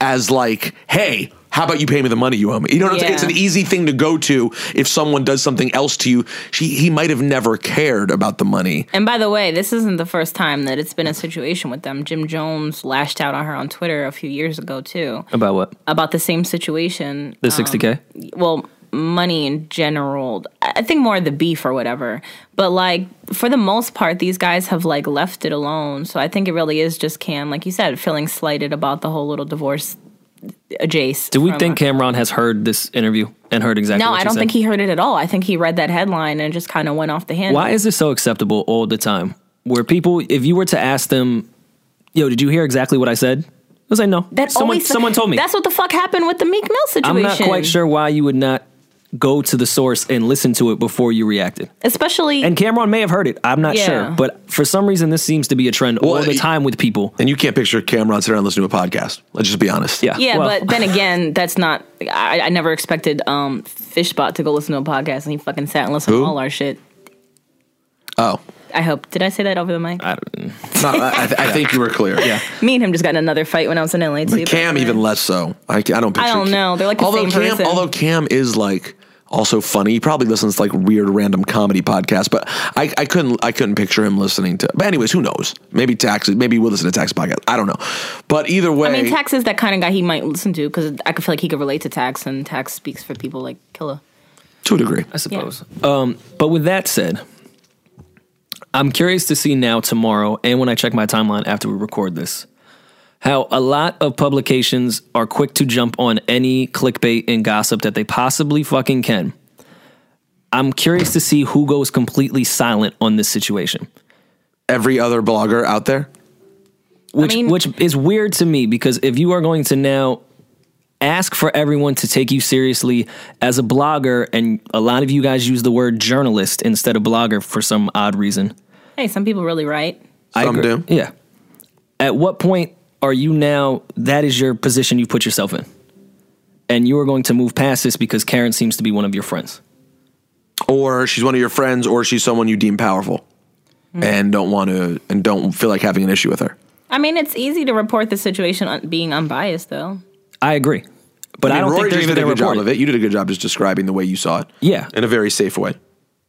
as, like, hey, how about you pay me the money you owe me? You know what I'm saying? It's Yeah. an easy thing to go to if someone does something else to you. She, he might have never cared about the money. And by the way, this isn't the first time that it's been a situation with them. Jim Jones lashed out on her on Twitter a few years ago too About what? about the same situation. um, The 60K? well money in general i think more the beef or whatever but like for the most part these guys have like left it alone so i think it really is just cam like you said feeling slighted about the whole little divorce uh, jace Do we from- think Cameron has heard this interview and heard exactly no what i she don't said? think he heard it at all i think he read that headline and just kind of went off the handle Why is this so acceptable all the time? Where people, if you were to ask them, yo, did you hear exactly what I said? They'll say no. that someone, always someone told me. that's what the fuck happened with the meek mill situation I'm not quite sure why you would not go to the source and listen to it before you reacted. especially And Cameron may have heard it. I'm not Yeah. sure. But for some reason, this seems to be a trend all Well, the y- time with people. And you can't picture Cameron sitting around listening to a podcast. Let's just be honest. Yeah. Yeah, well, but then again, that's not. I, I never expected um, Fishbot to go listen to a podcast, and he fucking sat and listened Who? to all our shit. Oh, I hope. Did I say that over the mic? I don't- no, I, I, I think you were clear. Yeah. Me and him just got in another fight when I was in LA too. But Cam but- even less so. I, I don't picture. I don't Cam- know. They're like the although same Cam, person. although Cam is like also funny. He probably listens to like weird random comedy podcasts, but I, I couldn't I couldn't picture him listening to. But anyways, who knows? Maybe taxes. Maybe we'll listen to tax podcast. I don't know. But either way, I mean, Tax is that kind of guy he might listen to because I could feel like he could relate to Tax, and Tax speaks for people like Killa. to a degree. I suppose. Um, but with that said, I'm curious to see now tomorrow and when I check my timeline after we record this how a lot of publications are quick to jump on any clickbait and gossip that they possibly fucking can. I'm curious to see who goes completely silent on this situation. Every other blogger out there. which mean- which is weird to me because if you are going to now ask for everyone to take you seriously as a blogger and a lot of you guys use the word journalist instead of blogger for some odd reason Hey, some people really write. Some agree. do. yeah at what point are you now that is your position you put yourself in and you are going to move past this because karen seems to be one of your friends Or she's one of your friends, or she's someone you deem powerful, and don't want to, and don't feel like having an issue with her. I mean, it's easy to report the situation un- being unbiased, though. i agree but i, mean, don't Rory think there's just did a been a good job report of it. You did a good job just describing the way you saw it. Yeah. in a very safe way.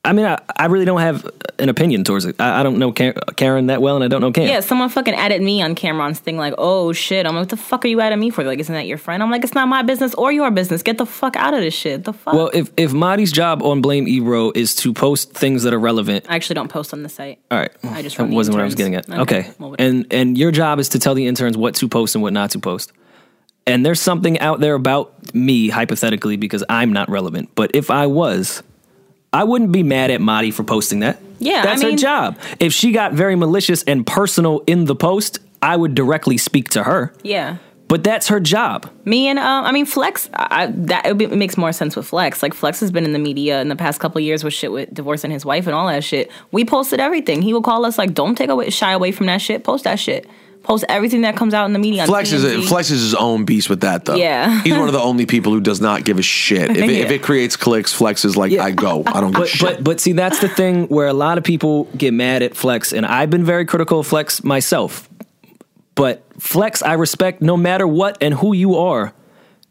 i mean I, I really don't have an opinion towards it i, I don't know Ka- karen that well and i don't know karen Yeah, someone fucking added me on Cameron's thing, like, oh shit. I'm like, what the fuck are you adding me for? They're Like, isn't that your friend? I'm like, it's not my business or your business. Get the fuck out of this shit. The fuck? Well, if if Marty's job on Blame Ebro is to post things that are relevant, I actually don't post on the site. Uh, all right, I just that run the wasn't what I was getting interns. at. Okay, Okay, well, whatever. and and your job is to tell the interns what to post and what not to post. And there's something out there about me hypothetically because I'm not relevant. But if I was, I wouldn't be mad at Marty for posting that. Yeah, I that's her mean- job. If she got very malicious and personal in the post, I would directly speak to her. Yeah. But that's her job. Me and um, I mean Flex. I, that it, would be, it makes more sense with Flex. Like Flex has been in the media in the past couple years with shit with divorcing his wife and all that shit. We posted everything. He would call us like, "Don't take away, shy away from that shit. Post that shit. Post everything that comes out in the media." on Flex is a, TMZ." Flex is his own beast with that though. Yeah. he's one of the only people who does not give a shit. If, it, if it creates clicks, Flex is like, I go, I don't give a But, shit. but but see that's the thing where a lot of people get mad at Flex and I've been very critical of Flex myself. But Flex I respect no matter what and who you are.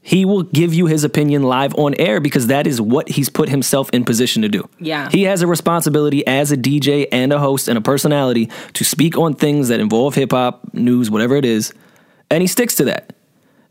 He will give you his opinion live on air because that is what he's put himself in position to do. Yeah. He has a responsibility as a DJ and a host and a personality to speak on things that involve hip hop, news, whatever it is, and he sticks to that.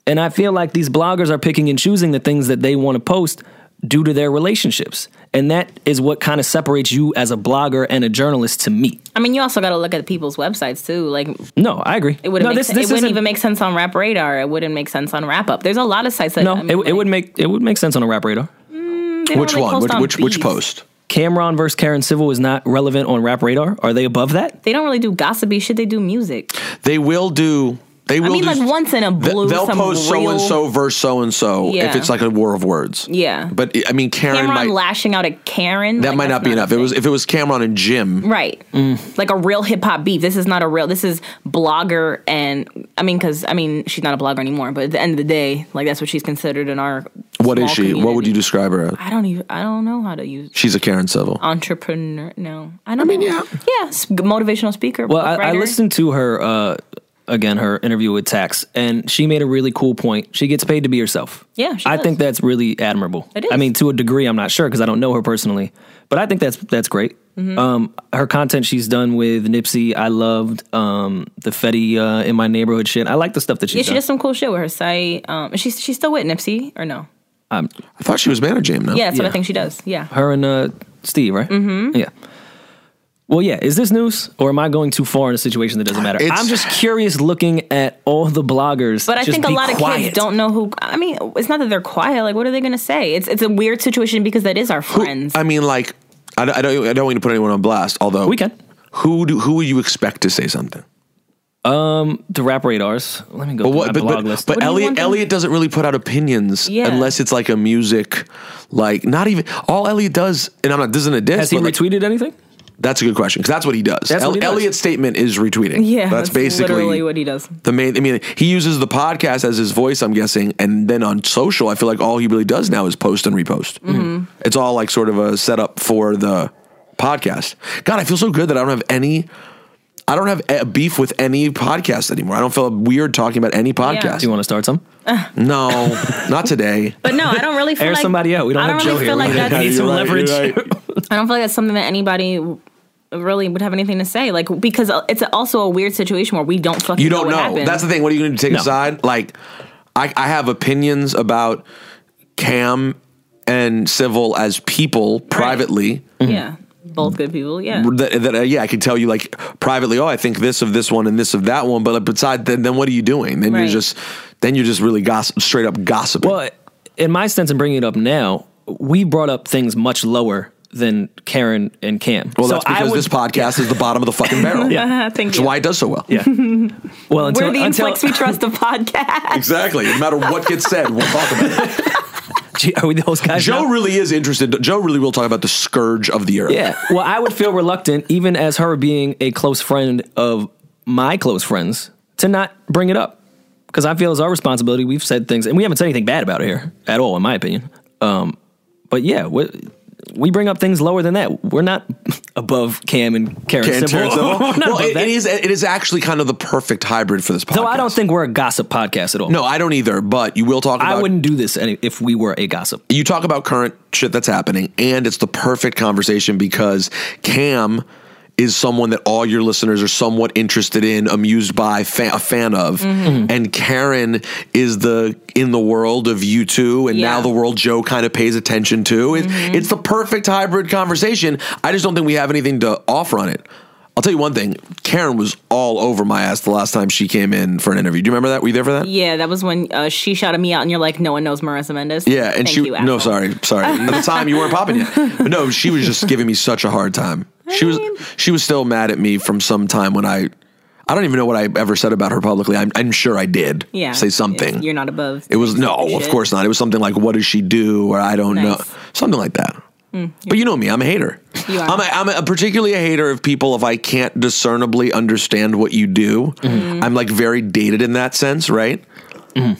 And I feel like these bloggers are picking and choosing the things that they want to post due to their relationships. And that is what kind of separates you as a blogger and a journalist to me. I mean, you also got to look at people's websites too. Like No, I agree. it wouldn't no, make this- sen- this it wouldn't isn't- even make sense on Rap Radar. It wouldn't make sense on Wrap Up. There's a lot of sites that No, I mean, it, it like, would make it would make sense on a rap radar. they don't Which really one? post Which on which, which beefs. post? Cameron versus Karen Civil is not relevant on rap radar. Are they above that? They don't really do gossipy shit. They do music. They will do. They will I mean, do, like once in a Th- blue. they'll some post so real, and so versus so and so if Yeah. it's like a war of words. Yeah. But I mean, Karen Cameron might lashing out at Karen. that like, might that's not be enough. Mm. a It was thing. if it was Cameron and Jim. right, like a real hip hop beef. This is not a real. This is blogger and I mean, because I mean, she's not a blogger anymore. But at the end of the day, like that's what she's considered in our. What is small she? What would community. you describe her as? I don't even. I don't know how to use She's a Karen Civil. entrepreneur. No, I don't. I mean, know. yeah, yeah, s- motivational speaker. Well, I, I writer. listened to her uh, again, her interview with Tax, and she made a really cool point. She gets paid to be herself. Yeah, she I does. think that's really admirable. It is. I mean, to a degree, I'm not sure because I don't know her personally, but I think that's that's great. Mm-hmm. Um, her content she's done with Nipsey, I loved um, the Fetty uh, in my neighborhood shit. I like the stuff that she's Yeah, she done. does some cool shit with her site. Um, she's she's still with Nipsey or no? I thought she was managing him now. Yeah, that's what Yeah. I think she does. Yeah. her and uh, Steve, right? Mm-hmm. Yeah. Well, yeah. Is this news, or am I going too far in a situation that doesn't matter? It's- I'm just curious, looking at all the bloggers. But I just think a be lot of quiet. kids don't know who. I mean, it's not that they're quiet. Like, what are they going to say? It's it's a weird situation because that is our Who- friends. I mean, like I, don't- I don't I don't want to put anyone on blast. Although We can. Who do who would you expect to say something? to rap radars. Let me go. But through what? my But, blog but, list. but do you Elliot want them- Elliot doesn't really put out opinions Yeah. unless it's like a music, like not even all Elliot does. And I'm not. This isn't a diss. has he but, like, retweeted anything? That's a good question because that's what he does. That's what he does. Elliot's statement is retweeting. yeah, that's, basically literally what he does. the main. I mean, he uses the podcast as his voice. I'm guessing, and then on social, I feel like all he really does now is post and repost. Mm-hmm. It's all like sort of a setup for the podcast. God, I feel so good that I don't have any. I don't have a beef with any podcast anymore. I don't feel weird talking about any podcast. Do you want to start some? No, not today. But no, I don't really feel Air like somebody out. We don't I have don't Joe really here. feel like We that's need some leverage. I don't feel like that's something that anybody really would have anything to say. Like because it's also a weird situation where we don't fucking You don't know. know. What happened. That's the thing. What are you going to take No. aside? Like, I, I have opinions about Cam and Civil as people privately. yeah. Both good people. Yeah. That, that uh, yeah, I could tell you like privately. Oh, I think this of this one and this of that one. But like, beside then, then what are you doing? Then you're Right. just then you're just really gossip, straight up gossiping. But in my sense, in bringing it up now, we brought up things much lower than Karen and Cam. well, So that's I because would- this podcast is the bottom of the fucking barrel. Yeah. Thank That's you. why it does so well. Yeah. Well, until We're Uh-huh. the until Inflex We Trust the podcast. Exactly. No matter what gets said, we'll talk about it. Gee, are we those guys? Joe now? really is interested. Joe really will talk about the scourge of the earth. Yeah. Well, I would feel reluctant, even as her being a close friend of my close friends, to not bring it up. Because I feel it's our responsibility. We've said things, and we haven't said anything bad about it here at all, in my opinion. Um, but yeah, we, we bring up things lower than that. We're not above Cam and Karen Civil. Can't tear us We're up. not well, above it- that. it is. It is actually kind of the perfect hybrid for this podcast. So I don't think we're a gossip podcast at all. No, I don't either. But you will talk. About, I wouldn't do this any, if we were a gossip. You talk about current shit that's happening, and it's the perfect conversation because Cam is someone that all your listeners are somewhat interested in, amused by, fa- a fan of, and Karen is the in the world of you two, and now Yeah. the world Joe kind of pays attention to. It, It's the perfect hybrid conversation. I just don't think we have anything to offer on it. I'll tell you one thing. Karen was all over my ass the last time she came in for an interview. Do you remember that? Were you there for that? Yeah, that was when uh, she shouted me out, and you're like, "No one knows Marissa Mendez." Yeah, and Thank she you, no, asshole. sorry, sorry. At the time, you weren't popping yet. But no, she was just giving me such a hard time. She was she was still mad at me from some time when I I don't even know what I ever said about her publicly. I'm, I'm sure I did. Yeah, say something. You're not above. It was no, of shit. course not. It was something like, "What does she do?" or "I don't know," Nice. Mm, something like that. but you know me, I'm a hater. You are. I'm, a, I'm a, particularly a hater of people if I can't discernibly understand what you do. Mm-hmm. I'm like very dated in that sense, right?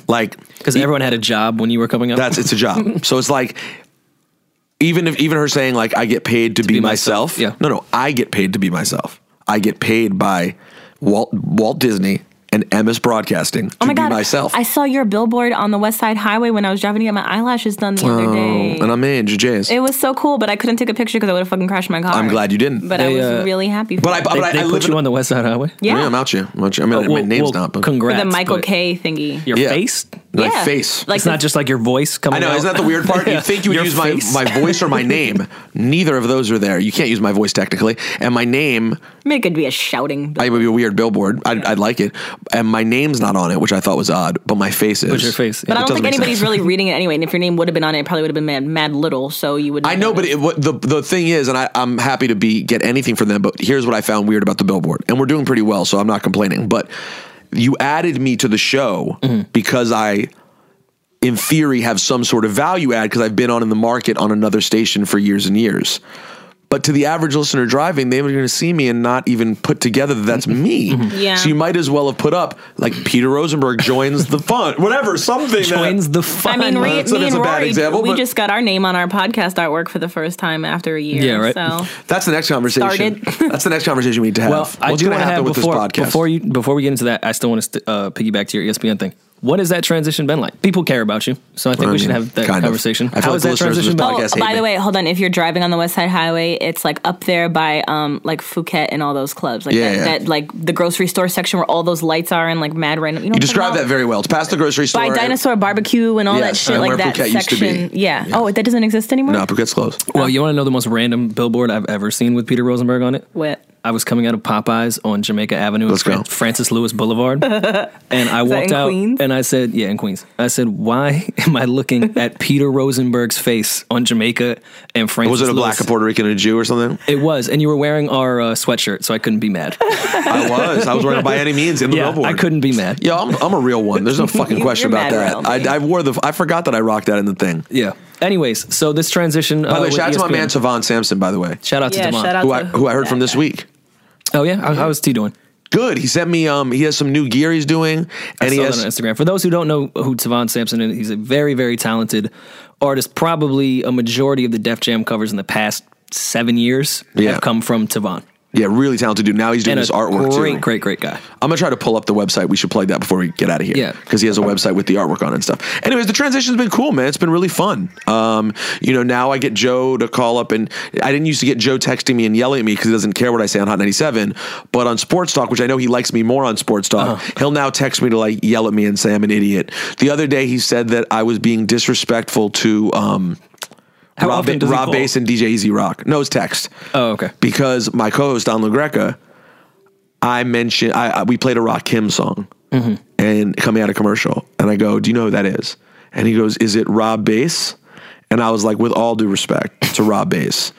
Like Because everyone had a job when you were coming up. that's it's a job. so it's like even if even her saying like I get paid to, be, be myself. myself, yeah. No, no, I get paid to be myself. I get paid by Walt Walt Disney and MS Broadcasting to Oh my be god, myself. I saw your billboard on the West Side Highway when I was driving to get my eyelashes done the other day. Oh, and I'm in JJ's. it was so cool, but I couldn't take a picture because I would have fucking crashed my car. I'm glad you didn't. But I They, was uh, really happy. For but I that. but They, I, they I put live you in, on the West Side Highway. yeah, I'm out you. I'm out you. I mean, Oh, my well, name's well, not. But Congrats. for the Michael but K thingy. Your Yeah. face? My yeah. face. Like it's not just like your voice coming I know. out. Isn't that the weird part? You think you would Your use face. my, my voice or my name. Neither of those are there. You can't use my voice technically. And my name, I mean, it could be a shouting. I would be a weird billboard. I'd, I'd like it. And my name's not on it, which I thought was odd, but my face is. But your face. But I it don't doesn't think make anybody's sense. really reading it anyway. And if your name would have been on it, it probably would have been mad, mad little. So you would. I know, but it, what, the the thing is, and I, I'm happy to be get anything from them. But here's what I found weird about the billboard, and we're doing pretty well, so I'm not complaining. But you added me to the show because I, in theory, have some sort of value add because I've been on in the market on another station for years and years. But to the average listener driving, they were going to see me and not even put together that that's me. Yeah. So you might as well have put up like Peter Rosenberg joins the fun, whatever, something. that- joins the fun. I mean, Well, re, that's- me that's and a bad Rory, example, we but- just got our name on our podcast artwork for the first time after a year. Yeah, right. So That's the next conversation. Started. That's the next conversation we need to have. Well, What's I do gonna want to happen have with before, this podcast? before you before we get into that. I still want to st- uh, piggyback to your ESPN thing. What has that transition been like? People care about you, so I think I we should mean, have that kind of. conversation. I feel How like has the that listeners of transition this been? podcast- Oh, hate by me. the way, hold on. If you're driving on the West Side Highway, it's like up there by um like Phuket and all those clubs, like Yeah, that, yeah. that like the grocery store section where all those lights are and like mad random. You, know you what I'm described talking that about? very well. It's past the grocery store. by and- Dinosaur Barbecue and all that Yes, shit, and like where that Phuket used to be. section. Yeah. Oh, that doesn't exist anymore. No, Phuket's closed. Well, you want to know the most random billboard I've ever seen with Peter Rosenberg on it? What? I was coming out of Popeyes on Jamaica Avenue Let's and Fran- go. Francis Lewis Boulevard, and I walked in out Queens? and I said, "Yeah, in Queens." I said, "Why am I looking at Peter Rosenberg's face on Jamaica and Francis?" Was it a Lewis? black, a Puerto Rican, and a Jew or something? It was, and you were wearing our uh, sweatshirt, so I couldn't be mad. I was. I was wearing it by any means in the yeah, billboard. I couldn't be mad. Yo, I'm, I'm a real one. There's no fucking You're question about mad that. real, man. I, I wore the. I forgot that I rocked that in the thing. Yeah. Anyways, so this transition. uh, E By the way, shout out to my man Savon Sampson. By the way, Shout out to Yeah, Damon. shout out who to I who I heard from that this guy. week. Oh yeah, how, how is T doing? Good. He sent me. Um, he has some new gear he's doing, and he I saw has that on Instagram. For those who don't know who Tavon Sampson is, he's a very, very talented artist. Probably a majority of the Def Jam covers in the past seven years Yeah. have come from Tavon. yeah, really talented dude. Now he's doing And his a artwork great, too. great, great guy. I'm gonna try to pull up the website. We should plug that before we get out of here. Yeah. because he has a website with the artwork on it and stuff. Anyways, the transition's been cool, man. It's been really fun. Um, you know, now I get Joe to call up, and I didn't used to get Joe texting me and yelling at me because he doesn't care what I say on Hot 97. But on Sports Talk, which I know he likes me more on Sports Talk, Uh-huh. he'll now text me to like yell at me and say I'm an idiot. The other day, he said that I was being disrespectful to. Um, How Rob, often does he Rob call? Bass and DJ Easy Rock. No, it's text Oh, okay. because my co-host Don LaGreca, I mentioned I, I we played a Rakim song Mm-hmm. and coming out of commercial, and I go, "Do you know who that is?" And he goes, "Is it Rob Bass?" And I was like, "With all due respect to Rob Bass."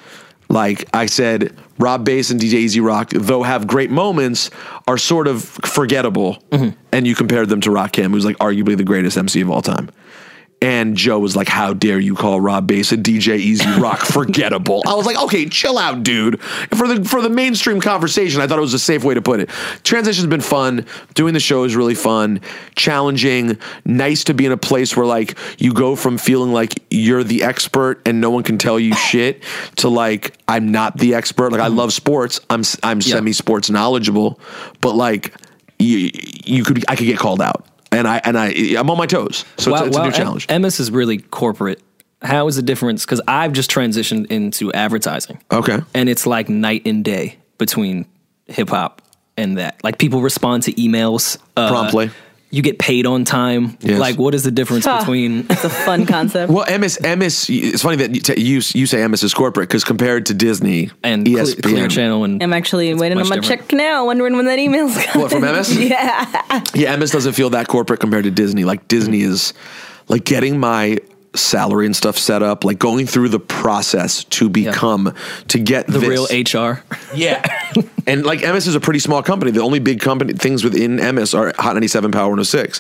Like I said, Rob Bass and DJ Easy Rock, though have great moments, are sort of forgettable. Mm-hmm. And you compared them to Rakim, who's like arguably the greatest MC of all time. And Joe was like, How dare you call Rob Bass a DJ Easy Rock forgettable? I was like, Okay, chill out, dude. For the for the mainstream conversation, I thought it was a safe way to put it. Transition's been fun. Doing the show is really fun, challenging, nice to be in a place where like you go from feeling like you're the expert and no one can tell you shit to like I'm not the expert. Like I love sports. I'm s- I'm Yeah. semi sports knowledgeable, but like you, you could I could get called out. And I and I I'm on my toes. So it's, it's a new Em- challenge. Emmis E- is really corporate. How is the difference? Because I've just transitioned into advertising. Okay. And it's like night and day between hip hop and that. Like people respond to emails uh, Promptly. You get paid on time. Yes. Like, what is the difference Ah. between? It's a fun concept. Well, Emmis, Emmis, it's funny that you, t- you, you say Emmis is corporate because compared to Disney E and Cle- ESPN, Clear Channel and I'm actually waiting much on my different. check now, wondering when that email's coming. What, from MS? yeah. yeah, Emmis doesn't feel that corporate compared to Disney. Like Disney is like getting my salary and stuff set up, like going through the process to become to get the this. real HR. Yeah. and like Emmis is a pretty small company. The only big company things within Emmis are Hot 97 Power 106.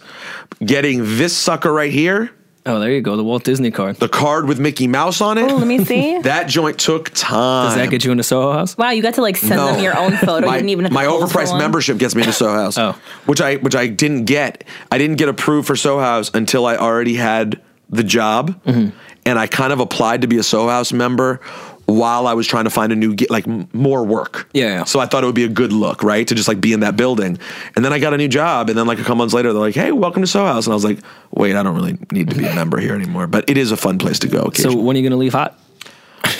Getting this sucker right here, Oh, there you go. The Walt Disney card. the card with Mickey Mouse on it. Oh, let me see. that joint took time. Does that get you into Soho House? Wow, you got to like send No. them your own photo. my, you didn't even have to my pose for overpriced one. membership gets me into Soho House, Oh. which I which I didn't get. I didn't get approved for Soho House until I already had the job, Mm-hmm. and I kind of applied to be a Soho House member while I was trying to find a new ge- like m- more work. Yeah, yeah. So I thought it would be a good look, right, to just like be in that building. And then I got a new job, and then like a couple months later, they're like, "Hey, welcome to Soho House," and I was like, "Wait, I don't really need to be a member here anymore." But it is a fun place to go. So occasionally. when are you going to leave hot?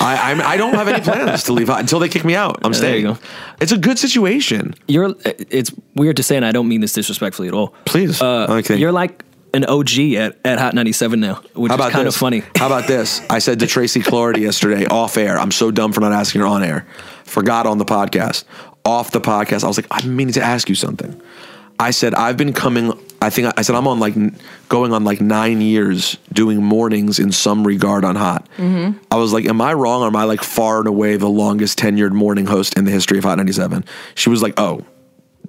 I I'm, I don't have any plans to leave until they kick me out. I'm There you staying. go. It's a good situation. You're. It's weird to say, and I don't mean this disrespectfully at all. Please. Uh, I like that. You're like an OG at, at Hot 97 now, which is How about kind this? of funny. How about this? I said to Tracy Clardy yesterday off air. I'm so dumb for not asking her on air. Forgot on the podcast. Off the podcast, I was like, I'm meaning to ask you something. I said I've been coming. I think I- I said I'm on like n- going on like nine years doing mornings in some regard on Hot. Mm-hmm. I was like, am I wrong? Or am I like far and away the longest tenured morning host in the history of Hot 97? She was like, oh,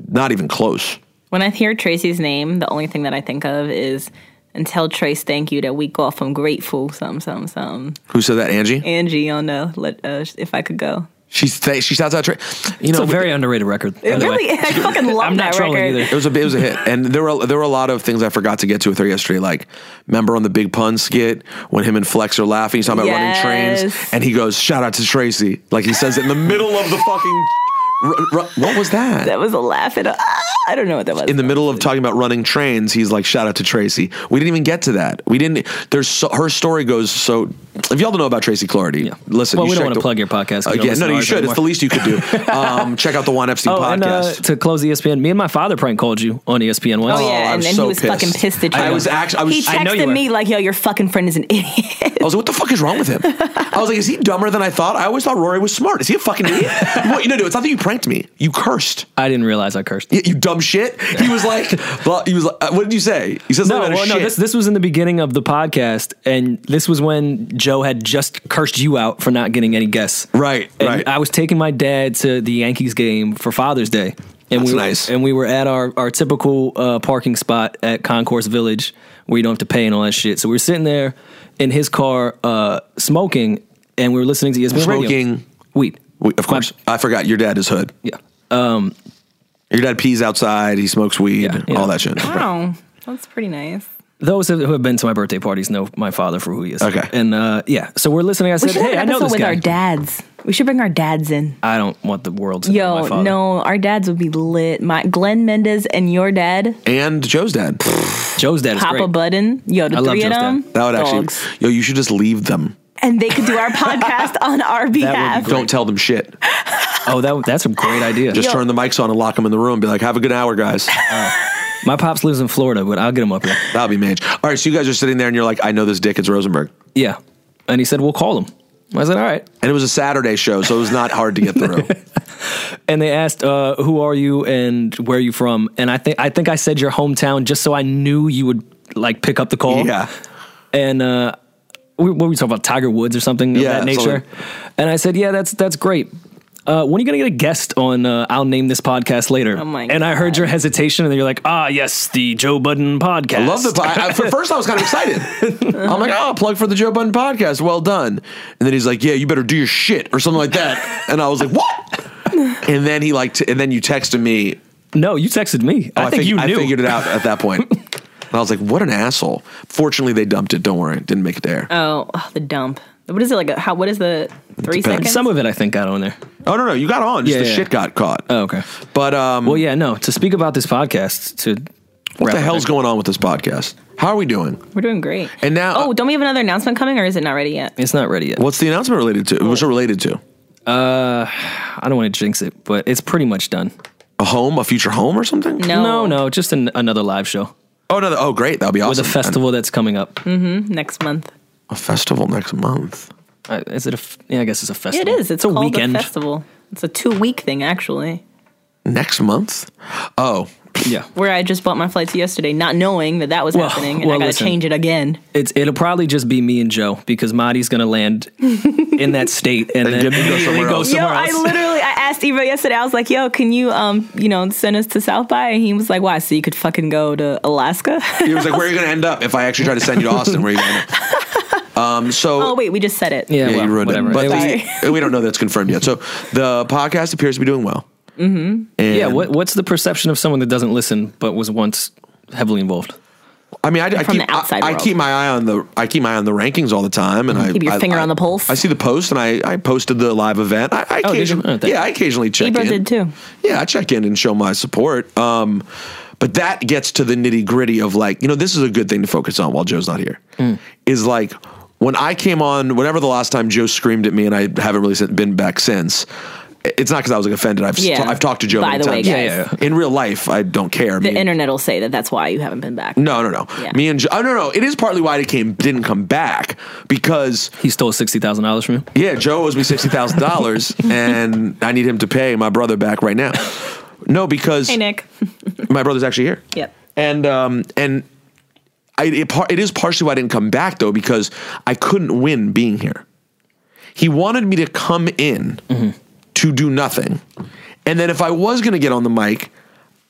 not even close. When I hear Tracy's name, the only thing that I think of is and tell Trace thank you that week off. I'm grateful. Something, something, something. Who said that, Angie? Angie on the let, uh, if I could go. She's th- she shouts out. Tra- you It's know, a very underrated record. by It the way. really, I fucking love I'm not that trolling record. either. It was a it was a hit, and there were there were a lot of things I forgot to get to with her yesterday. Like, remember on the Big Pun skit when him and Flex are laughing, he's talking about running Yes. trains, and he goes, "Shout out to Tracy!" Like he says it in the middle of the fucking. r- r- what was that? That was a laugh at a, ah, I don't know what that was. in the middle of talking about running trains, he's like, "Shout out to Tracy." We didn't even get to that. We didn't. There's so, her story goes so. If y'all don't know about Tracy Clardy, listen. Well, you we don't should check want the- to plug your podcast. Uh, 'cause you don't yeah, listen no, to you ours should. It's anymore. the least you could do. Um, check out the Juan Epstein Oh, podcast. and uh, to close ESPN, me and my father prank called you on E ESPN once. Oh Oh, yeah, I and was then so he was pissed. fucking pissed at you. I was actually- I was- he I know texted you were. me like, "Yo, your fucking friend is an idiot." I was like, what the fuck is wrong with him? I was like, is he dumber than I thought? I always thought Rory was smart. Is he a fucking idiot? what, you know, dude, it's not that you pranked me. You cursed. I didn't realize I cursed. You, you dumb shit. He was like, well, he was like, uh, what did you say? He says, No, something about well, a no. shit. This this was in the beginning of the podcast, and this was when Joe had just cursed you out for not getting any guests. Right, And right. I was taking my dad to the Yankees game for Father's Day, and That's we were, nice. and we were at our our typical uh, parking spot at Concourse Village, where you don't have to pay and all that shit. So we were sitting there in his car uh, smoking, and we were listening to E ESPN radio. Smoking. weed. We- of course. I forgot. Your dad is hood. Yeah. Your dad pees outside. He smokes weed, Yeah, yeah. all that shit. wow, that's pretty nice. Those who have been to my birthday parties know my father for who he is. Okay. And uh, yeah, so we're listening. I We said, should have hey, I an know episode this with guy. our dads. We should bring our dads in. I don't want the world to know my Yo, father. no, our dads would be lit. My Glenn Mendez and your dad, And Joe's dad. Joe's dad is Papa great. Budden. Yo, the I love three of Joe's them. dad. That would actually, dogs. yo, you should just leave them. and they could do our podcast on our behalf. Don't tell them shit. oh, that, that's a great idea. Just Yo. turn the mics on and lock them in the room. Be like, have a good hour, guys. my pops lives in Florida, but I'll get him up here. That'll be mage. All right, so you guys are sitting there and you're like, I know this dick. It's Rosenberg. Yeah. And he said, we'll call him. I said, all right. And it was a Saturday show, so it was not hard to get through. And they asked, uh, who are you and where are you from? And I think I think I said your hometown just so I knew you would like pick up the call. Yeah. And uh, we, what were we talking about? Tiger Woods or something of Yeah, that nature. something. And I said, yeah, that's that's great. Uh, when are you gonna get a guest on? Uh, I'll name this podcast later. Oh my and I heard God. your hesitation, and then you're like, ah, yes, the Joe Budden podcast. I love the podcast. For first, I was kind of excited. I'm like, oh, plug for the Joe Budden podcast. Well done. And then he's like, yeah, you better do your shit or something like that. And I was like, what? And then he like, t- and then you texted me. No, you texted me. I, Oh, think fig- you I knew. figured it out at that point. And I was like, what an asshole. Fortunately, they dumped it. Don't worry, it didn't make it to air. Oh, oh, the dump. What is it like? A, how? What is the three Depends. seconds? Some of it I think got on there. oh no, no, you got on. Just Yeah, the yeah. shit got caught. Oh, okay. But um, Well, yeah, no. To speak about this podcast, to what the hell's going on with this podcast? How are we doing? We're doing great. And now- oh, don't we have another announcement coming, or is it not ready yet? It's not ready yet. What's the announcement related to? What's it related to? I don't want to jinx it, but it's pretty much done. A home, a future home, or something? No, No, no, just an, another live show Oh no! Oh, great! That'll be with awesome. a festival that's coming up. Mm. next month. A festival next month. Uh, Is it a? f- Yeah, I guess it's a It festival. is. It's, a called weekend. The festival. It's a two week thing actually. Next month? Oh, Yeah, Where I just bought my flights yesterday, not knowing that that was Well, happening, and well, I got to listen. change it again. it's it'll probably just be me and Joe because Marty's gonna land in that state and then get me to go immediately somewhere go else. Yo, somewhere I else. literally I asked Ebro yesterday. I was like, "Yo, can you um, you know, send us to South by?" And he was like, "Why? So you could fucking go to Alaska?" he was like, "Where are you going to end up if I actually try to send you to Austin? Where are you going to end up?" Um, so oh wait, we just said it. yeah, yeah, well, you ruined whatever. it. But was- the, we don't know that's confirmed yet. So the podcast appears to be doing well. Mm-hmm. And, yeah, what, what's the perception of someone that doesn't listen but was once heavily involved? I mean, I, I From keep the outside I, I world. keep my eye on the I keep my eye on the rankings all the time, and I Keep your I- finger I- on the pulse. I see the post, and I, I posted the live event. I, I Oh, did you? occasionally, Oh, thank yeah, you. I occasionally check Ebro in. did too. Yeah, I check in and show my support. Um, but that gets to the nitty gritty of like, you know, this is a good thing to focus on while Joe's not here. Mm. Is like when I came on, whenever the last time Joe screamed at me, and I haven't really been back since. it's not because I was like offended. I've Yeah. i I've talked to Joe By many the way, times. guys. Yeah, yeah, In real life, I don't care. The Me- internet will say that that's why you haven't been back. no, no, no. Yeah. Me and Joe. Oh, no, no. It is partly why it came didn't come back because He stole sixty thousand dollars from you. Yeah, Joe owes me sixty thousand dollars, and I need him to pay my brother back right now. No, because Hey, Nick. my brother's actually here. Yep. and um, and I, it, par- it is partially why I didn't come back though because I couldn't win being here. He wanted me to come in to do nothing, and then if I was going to get on the mic.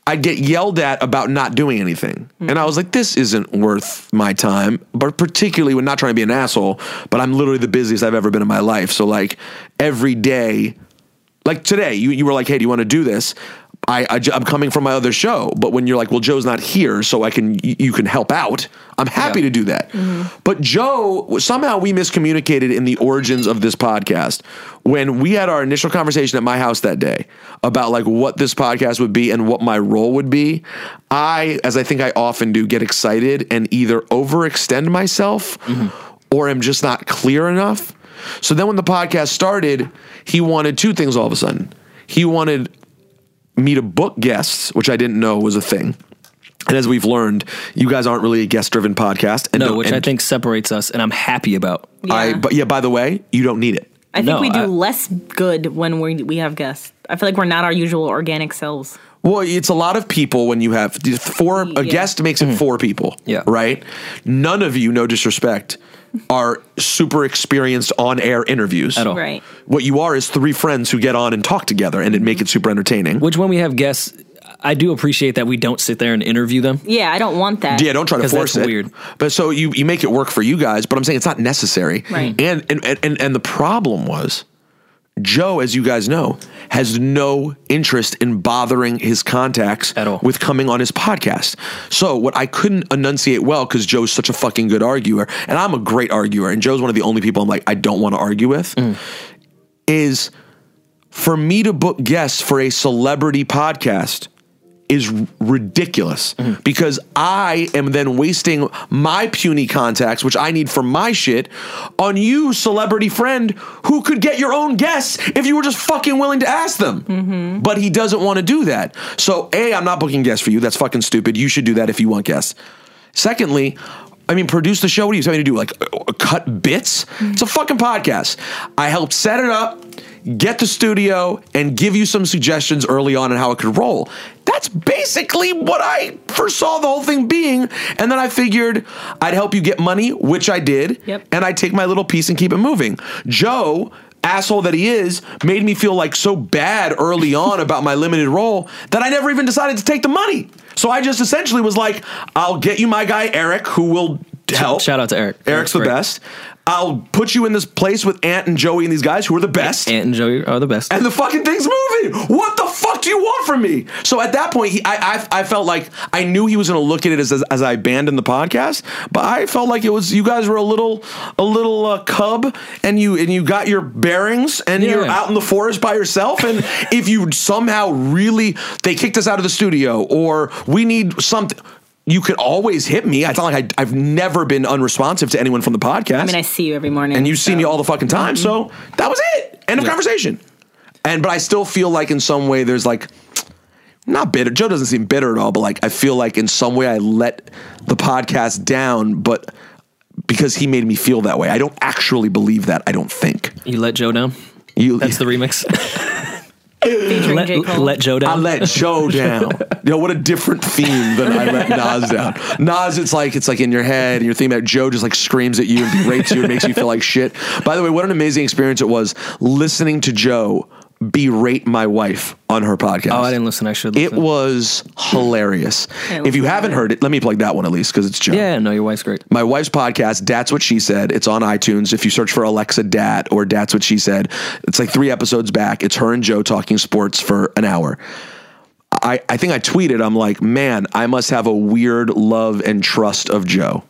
I'd get yelled at about not doing anything. And I was like, this isn't worth my time, but particularly when not trying to be an asshole, but I'm literally the busiest I've ever been in my life. So, like, every day like today you, you were like hey do you want to do this I, I am coming from my other show but when you're like well joe's not here so i can you, you can help out i'm happy Yeah. to do that but joe somehow we miscommunicated in the origins of this podcast when we had our initial conversation at my house that day about like what this podcast would be and what my role would be i as i think i often do get excited and either overextend myself or am just not clear enough so then when the podcast started, he wanted two things all of a sudden. He wanted me to book guests, which I didn't know was a thing. And as we've learned, you guys aren't really a guest driven podcast. And No, don't- which I and think separates us, and I'm happy about. I, Yeah. but yeah, by the way, you don't need it. I think No, we do I- less good when we we have guests. I feel like we're not our usual organic selves. Well, it's a lot of people when you have four, a Yeah. guest makes it four people. Mm-hmm. Yeah. Right? None of you, no disrespect, are super experienced on air interviews. At all. Oh. Right. What you are is three friends who get on and talk together and it make it super entertaining. Which when we have guests, I do appreciate that we don't sit there and interview them. Yeah, I don't want that. Yeah, don't try to 'Cause force that's it. weird. But so you you make it work for you guys, but I'm saying it's not necessary. Right. And and and, and, and the problem was Joe, as you guys know, has no interest in bothering his contacts At all. with coming on his podcast. So what I couldn't enunciate well because Joe's such a fucking good arguer, and I'm a great arguer, and Joe's one of the only people I'm like I don't want to argue with, Mm. is for me to book guests for a celebrity podcast is r- ridiculous because I am then wasting my puny contacts, which I need for my shit, on you, celebrity friend, who could get your own guests if you were just fucking willing to ask them. But he doesn't want to do that. So, A, I'm not booking guests for you. That's fucking stupid. You should do that if you want guests. Secondly, I mean, produce the show. What do you tell me to do? Like, uh, cut bits? It's a fucking podcast. I helped set it up, get the studio, and give you some suggestions early on on how it could roll. That's basically what I foresaw the whole thing being. And then I figured I'd help you get money, which I did. Yep. And I take my little piece and keep it moving. Joe, asshole that he is, made me feel like so bad early on about my limited role that I never even decided to take the money. So I just essentially was like, I'll get you my guy Eric, who will help. Shout out to Eric. Eric's the great. best. I'll put you in this place with Ant and Joey and these guys who are the best. Ant and Joey are the best. and the fucking thing's moving. What the fuck do you want from me? So at that point, he, I, I I felt like I knew he was going to look at it as, as as I abandoned the podcast, but I felt like it was you guys were a little a little uh, cub, and you and you got your bearings, and you're Yeah. out in the forest by yourself. And if you somehow really they kicked us out of the studio, or we need something. You could always hit me. It's not like I, I've never been unresponsive to anyone from the podcast. I mean, I see you every morning. And you see so- me all the fucking time. So that was it. End of conversation. And but I still feel like in some way there's like not bitter. Joe doesn't seem bitter at all, but like I feel like in some way I let the podcast down, but because he made me feel that way. I don't actually believe that, I don't think. You let Joe down. You That's the remix. featuring let, J. Cole. let Joe I down. let Joe down. Yo, what a different theme than I let Nas down. Nas, it's like it's like in your head, and you're thinking about Joe just like screams at you and berates you and makes you feel like shit. By the way, what an amazing experience it was listening to Joe berate my wife on her podcast. oh, I didn't listen. I should. It Listen. was hilarious. Okay, if you let's haven't heard it, let me plug that one at least because it's Joe. yeah, no, your wife's great. My wife's podcast, That's What She Said. It's on iTunes. If you search for Alexa Dat or That's What She Said, it's like three episodes back. It's her and Joe talking sports for an hour. I, I think I tweeted, I'm like, man, I must have a weird love and trust of Joe.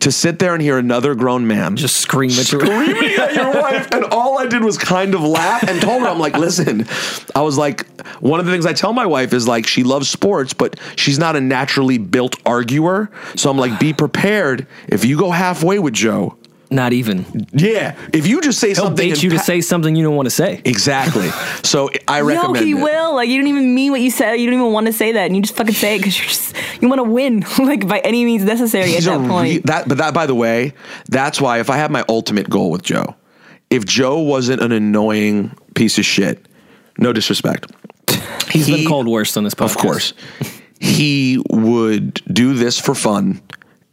to sit there and hear another grown man Just scream at your screaming at your wife. And all I did was kind of laugh and told her, I'm like, listen, I was like, one of the things I tell my wife is like, she loves sports, but she's not a naturally built arguer. So I'm like, be prepared. If you go halfway with Joe, Not even. Yeah. If you just say He'll something, bait you to impa- say something you don't want to say. exactly. So I No, recommend. he it. will. Like you don't even mean what you said. You don't even want to say that, and you just fucking say it because you're just you want to win, like by any means necessary He's at a that re- point. that, but that, by the way, that's why if I had my ultimate goal with Joe, if Joe wasn't an annoying piece of shit, no disrespect, He's He- been called worse on this podcast. of course, he would do this for fun,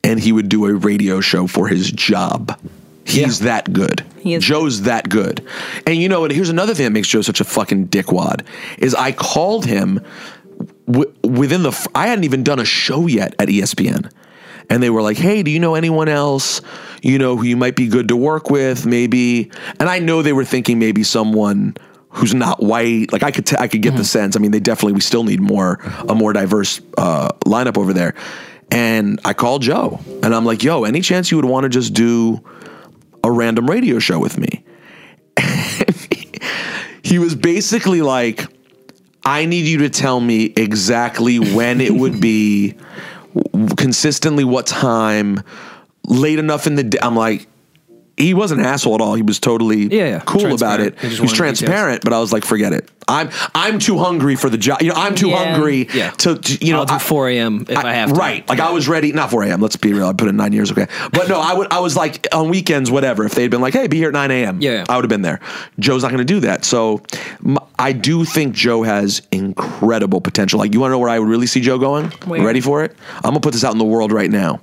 and he would do a radio show for his job. He's that good. He is. Joe's that good. And you know what? Here's another thing that makes Joe such a fucking dickwad is I called him w- within the f- I hadn't even done a show yet at E ESPN. And they were like, "Hey, do you know anyone else, you know, who you might be good to work with, maybe?" And I know they were thinking maybe someone who's not white. Like I could t- I could get the sense. I mean, they definitely we still need more a more diverse uh, lineup over there. And I called Joe, and I'm like, "Yo, any chance you would want to just do a random radio show with me?" he was basically like, I need you to tell me exactly when it would be, w- consistently what time, late enough in the day. I'm like, he wasn't an asshole at all. He was totally Yeah, yeah. cool about Transparent. it. He just He was wanted details. transparent, but I was like, forget it. I'm I'm too hungry for the job. You know, I'm too Yeah. hungry Yeah. to, to- you know I'll do I- 4 a.m. if I, have to. Right. Like I was ready, not 4 a.m. Let's be real. I put in nine years, okay. But no, I would I was like on weekends, whatever. If they'd been like, hey, be here at 9 a.m. Yeah. I would have been there. Joe's not going to do that. So m- I do think Joe has incredible potential. Like you want to know where I would really see Joe going? Where? Ready for it? I'm gonna put this out in the world right now.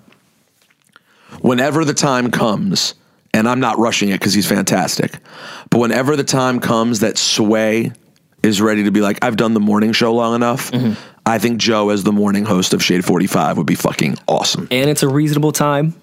Whenever the time comes, and I'm not rushing it because he's fantastic, but whenever the time comes that Sway is ready to be like, I've done the morning show long enough, Mm-hmm. I think Joe as the morning host of Shade 45 would be fucking awesome. And it's a reasonable time.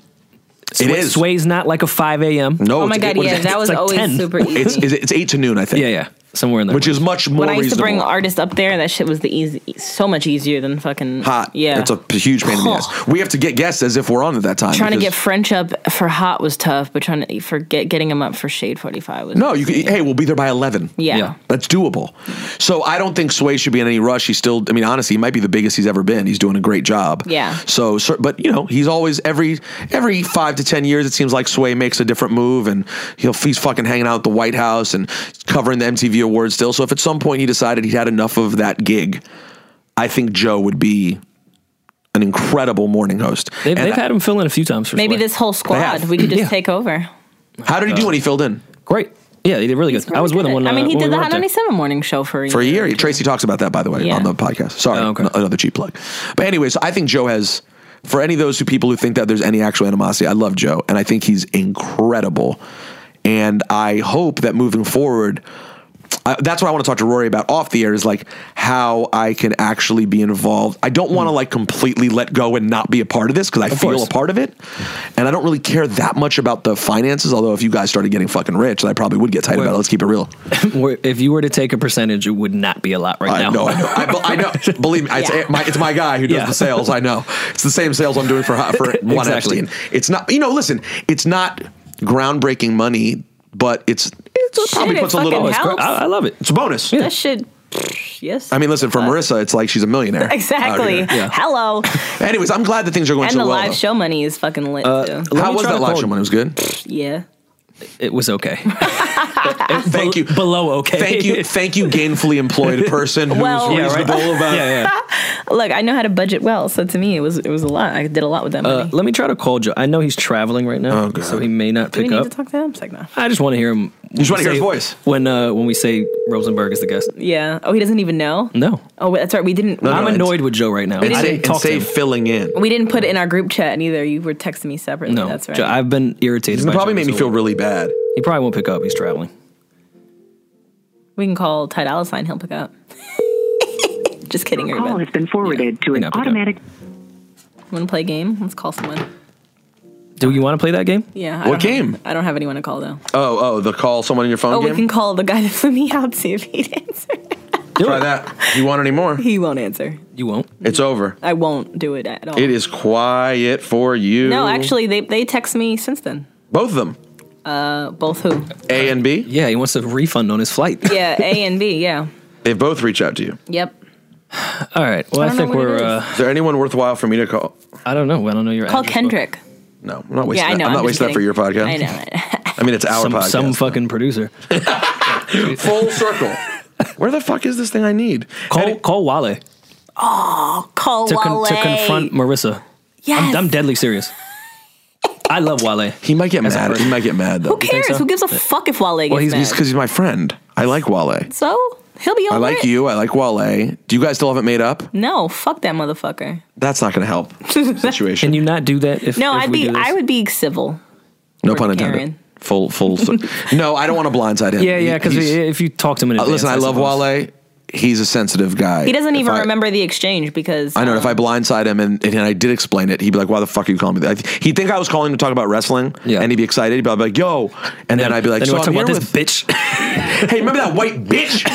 Sway, is. Sway's not like a 5 a.m. No, oh my it's- god, what is yeah, it? that was like always 10. super easy. It's, it's, it's eight to noon, I think. Yeah, yeah. Somewhere in there. Which is much more when I used reasonable. to bring artists up there, that shit was the easy, so much easier than fucking hot. Yeah, It's a p- huge pain in the ass. We have to get guests as if we're on at that time. trying to get because- French up for hot was tough, but trying to for get, getting him up for shade forty five was No, you can, hey, we'll be there by 11. yeah. Yeah. That's doable. So I don't think Sway should be in any rush. He's still, I mean, honestly, he might be the biggest he's ever been. He's doing a great job. Yeah. So, so- but you know, he's always every every five to ten years, it seems like Sway makes a different move, and he'll he's fucking hanging out at the White House and covering the MTV Awards still. So if at some point he decided he had enough of that gig, I think Joe would be an incredible morning host. they've, And they've had him fill in a few times for Maybe Sway. this whole squad have. we could just Yeah. take over. how did he do Uh, when he filled in Great. Yeah, he did really good. I was with him when I mean, he uh, when did we the were Hot up there. 97 morning show for a for a year. year? Tracy talks about that, by the way, Yeah. on the podcast. Sorry, Oh, okay. n- another cheap plug. But anyways, I think Joe has. For any of those who people who think that there's any actual animosity, I love Joe, and I think he's incredible. And I hope that moving forward, I, that's what I want to talk to Rory about off the air is like how I can actually be involved. I don't want to like completely let go and not be a part of this because I feel Hmm. course. a part of it, and I don't really care that much about the finances. Although if you guys started getting fucking rich, then I probably would get tight about Well- it. Let's keep it real. Where- if you were to take a percentage, it would not be a lot right I now. know, I know. I, be- I know. Believe me, it's, Yeah. my, it's my guy who does Yeah. the sales. I know. It's the same sales I'm doing for for one Exactly. Epstein. It's not. You know, listen. It's not groundbreaking money, but it's it's Shit, probably it puts a little. fucking helps. Oh, I, I love it. It's a bonus. That shit, yes. I mean, listen for Marissa, it's like she's a millionaire. out exactly. here. yeah. Hello. Anyways, I'm glad that things are going and so the well. live though. show money is fucking lit too. Let How me was try that to live call show him. when it was good? Yeah. It was okay. Thank you. Below okay. Thank you, thank you, gainfully employed person who's Well- Yeah, right. reasonable about yeah, yeah. Look, I know how to budget well, so to me it was it was a lot. I did a lot with that Uh, money. let me try to call Joe. I know he's traveling right now, Oh, God. so he may not Do we pick need up. to talk to him? It's like, no. I just want to hear him. You just wanna hear his voice. when uh, when we say Rosenberg is the guest. Yeah. Oh, he doesn't even know. No, Oh, wait, that's right. We didn't. no, I'm it's- annoyed with Joe right now. And I say- didn't and talk to say him. filling in. We didn't put it in our group chat neither. You were texting me separately. No, That's right. Joe, I've been irritated. It by probably Joe made me this feel whole- really bad. He probably won't pick up. He's traveling. we can call Ty Dolla Sign. He'll pick up. Just kidding, Call everybody. has been forwarded to may an not pick up. automatic Want to play a game? Let's call someone. Do you want to play that game? Yeah. I What don't have- game? I don't have anyone to call though. Oh, oh, the call someone in your phone Oh, game. we can call the guy that flew me out see if he'd answer. Try that. If you want any more? He won't answer. You won't. It's over. I won't do it at all. It is quiet for you. No, actually, they they text me since then. both of them, Uh, both who? A and B, Yeah, he wants a refund on his flight. Yeah, A and B. Yeah. they both reach out to you. Yep. All right. Well, I, don't know think what it we're. is. Uh, Is there anyone worthwhile for me to call? I don't know. I don't know your. Call address, but- Kendrick. No, I'm not wasting. Yeah, I know. that. I'm not just wasting that for kidding. your podcast. I know. I mean, it's our Some, podcast. some fucking producer. full circle. Where the fuck is this thing I need? Call Any- call Wale to, Call con- Wale. to confront Marissa. Yes. I'm, I'm deadly serious. I love Wale. he might get As a mad. person. He might get mad though. Who cares? so? Who gives a fuck if Wale gets Well, he's mad? because he's my friend. I like Wale. so he'll be over I like it. you. I like Wale. Do you guys still have it made up? No, fuck that motherfucker. That's not going to help the situation. Can you not do that? If No, if I'd we be. do this? I would be civil. no pun intended. Karen. Full full. cir- no, I don't want to blindside him. Yeah, yeah. Because He's- if you talk to him in Uh, advance, listen, I love suppose. Wale. He's a sensitive guy. He doesn't If even I- remember the exchange because I know. um, If I blindside him and, and I did explain it, he'd be like, "Why the fuck are you calling me?" that? He'd think I was calling him to talk about wrestling, Yeah. and he'd be excited. He'd be like, "Yo," and, then, I'd be like, then "So we're I'm talking here about with this bitch. hey, remember that white bitch?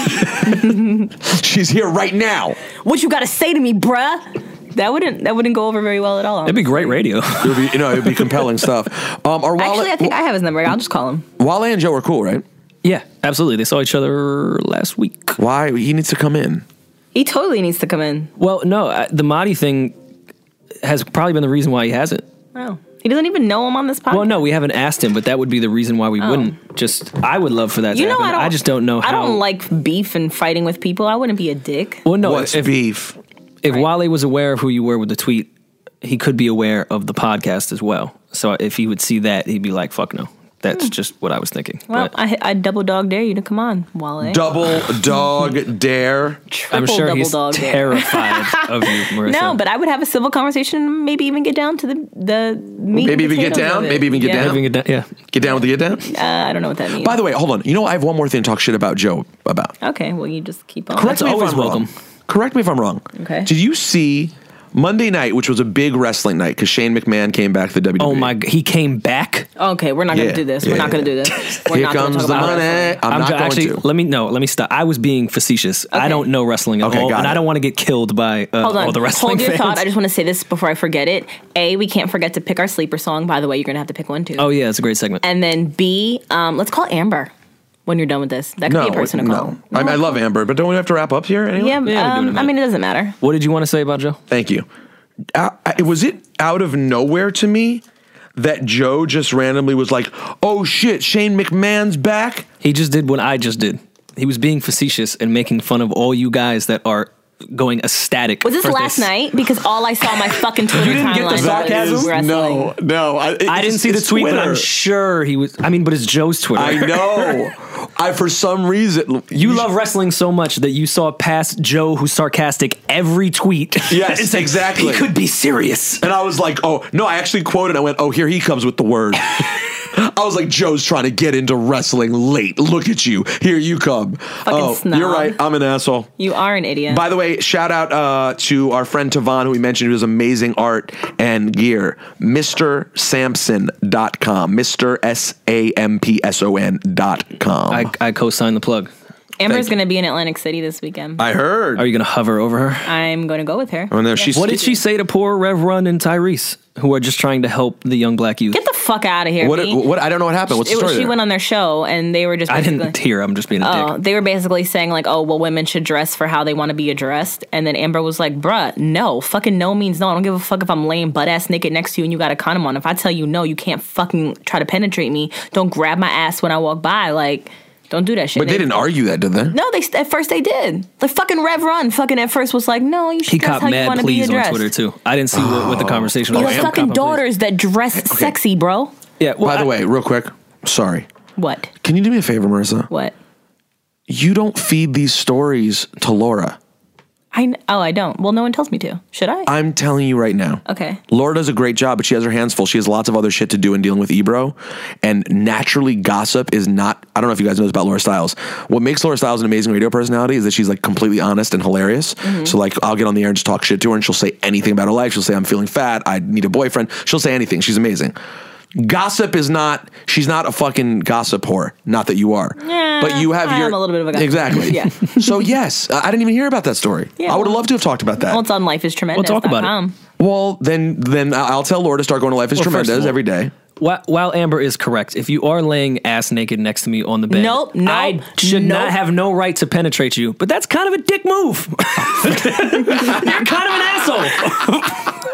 She's here right now." what you got to say to me, bruh? That wouldn't that wouldn't go over very well at all. That'd be great radio. It would be, you know, it would be compelling stuff. Um, are Wale, Actually, I think I have his number. I'll just call him. Wale and Joe are cool, right? yeah, absolutely. They saw each other last week. Why he needs to come in? He totally needs to come in. Well, no, I, the Mahdi thing has probably been the reason why he hasn't. Oh, he doesn't even know him on this podcast. Well, no, we haven't asked him, but that would be the reason why we wouldn't. Just, I would love for that. Oh. you to know happen. I don't. just don't know. How, I don't like beef and fighting with people. I wouldn't be a dick. Well, no, What's if, beef? if Wale was aware of who you were with the tweet, he could be aware of the podcast as well. So if he would see that, he'd be like, "Fuck no." That's just what I was thinking. Hmm. Well, But I, I double dog dare you to come on, Wale. Double dog dare. I'm triple sure double he's dog dare. terrified of you, Marissa. No, but I would have a civil conversation and maybe even get down to the the meat Maybe and even get potatoes of down. it. Maybe even get Yeah. down. Having a- yeah. Get down with the get down. Uh, I don't know what that means. By the way, hold on. You know, I have one more thing to talk shit about Joe about. okay, well you just keep on. Correct That's me if always I'm wrong. welcome. Correct me if I'm wrong. Okay. Did you see Monday night, which was a big wrestling night, because Shane McMahon came back to E? the WWE? Oh my! g- He came back. Okay, we're not Yeah, gonna do this. yeah, we're not gonna yeah. do this. We're Here not gonna comes talk the about money. wrestling. I'm, not jo- going actually, to. Let me no. Let me stop. I was being facetious. I Okay. don't know wrestling at Okay, all, got and it. I don't want to get killed by uh, Hold on. all the wrestling Hold your fans. thought. I just want to say this before I forget it. A, we can't forget to pick our sleeper song. By the way, you're gonna have to pick one too. oh yeah, it's a great segment. And then B, um, let's call Amber when you're done with this. That could no, be a person to call. no. I, I love Amber, but don't we have to wrap up here? Anyway? Yeah, Yeah, we do it in um, a I mean it doesn't matter. what did you want to say about Joe? Thank you. Uh, I- was it out of nowhere to me that Joe just randomly was like, "Oh shit, Shane McMahon's back"? He just did what I just did. He was being facetious and making fun of all you guys that are going ecstatic. Was this for last this. night? Because all I saw on my fucking Twitter didn't timeline get the was sarcasm? Is- wrestling. no, no. I, I didn't see the tweet, but I'm sure he was. I mean, but it's Joe's Twitter. I know. I for some reason You love wrestling so much that you saw past Joe, who's sarcastic, every tweet. Yes, It's like, exactly. He could be serious. And I was like, oh, no, I actually quoted. I went, oh, here he comes with the word. I was like, Joe's trying to get into wrestling late. Look at you. Here you come. oh, snob. you're right. I'm an asshole. You are an idiot. By the way, shout out uh, to our friend Tavon, who we mentioned, who does amazing art and gear. MrSampson.com. Mr. S A M P S O N.com. I, I, I co-signed the plug. Amber's Thank you. going to be in Atlantic City this weekend. I heard. Are you gonna hover over her? I'm going to go with her. oh, no, she's, What did she say to poor Rev Run and Tyrese, who are just trying to help the young black youth? Get the fuck out of here. What, B. what? I don't know what happened. What's the It was- story? she there? went on their show and they were just I basically, didn't hear. I'm just being a Oh, dick. they were basically saying like, "Oh, well, women should dress for how they want to be addressed," and then Amber was like, "Bruh, no, fucking no means no. I don't give a fuck if I'm laying butt ass naked next to you and you got a condom on. If I tell you no, you can't fucking try to penetrate me. Don't grab my ass when I walk by. Like, don't do that shit." but they And didn't argue that, did they? No, they at first they did. The fucking Rev Run, fucking at first was like, "No, you should He dress caught how you mad want to be please on addressed." Twitter Oh, too. I didn't see what, Oh. what the conversation Your was. fucking Cop on please. daughters that dress sexy, bro. Yeah. Well, By the I- way, real quick, sorry. What? Can you do me a favor, Marissa? What? you don't feed these stories to Laura. I kn- oh I don't. Well, no one tells me to. Should I? I'm telling you right now. Okay. Laura does a great job, but she has her hands full. She has lots of other shit to do in dealing with Ebro. And naturally, gossip is not. I don't know if you guys know this about Laura Styles. What makes Laura Styles an amazing radio personality is that she's like completely honest and hilarious. Mm-hmm. So, like, I'll get on the air and just talk shit to her, and she'll say anything about her life. She'll say, I'm feeling fat. I need a boyfriend. She'll say anything. She's amazing. Gossip is not. She's not a fucking gossip whore. Not that you are, Yeah, but you have I your am a little bit of a gossip exactly. whore, yeah. so yes, I I didn't even hear about that story. Yeah, I would have well- loved to have talked about that. Well, it's on Life is Tremendous. Well, talk about it. Well, then then I- I'll tell Laura to start going to Life is Well, first of Tremendous all- every day. While, while Amber is correct, if you are laying ass naked next to me on the bed, Nope, nope, I should not nope. have no right to penetrate you. But that's kind of a dick move. you're kind of an asshole.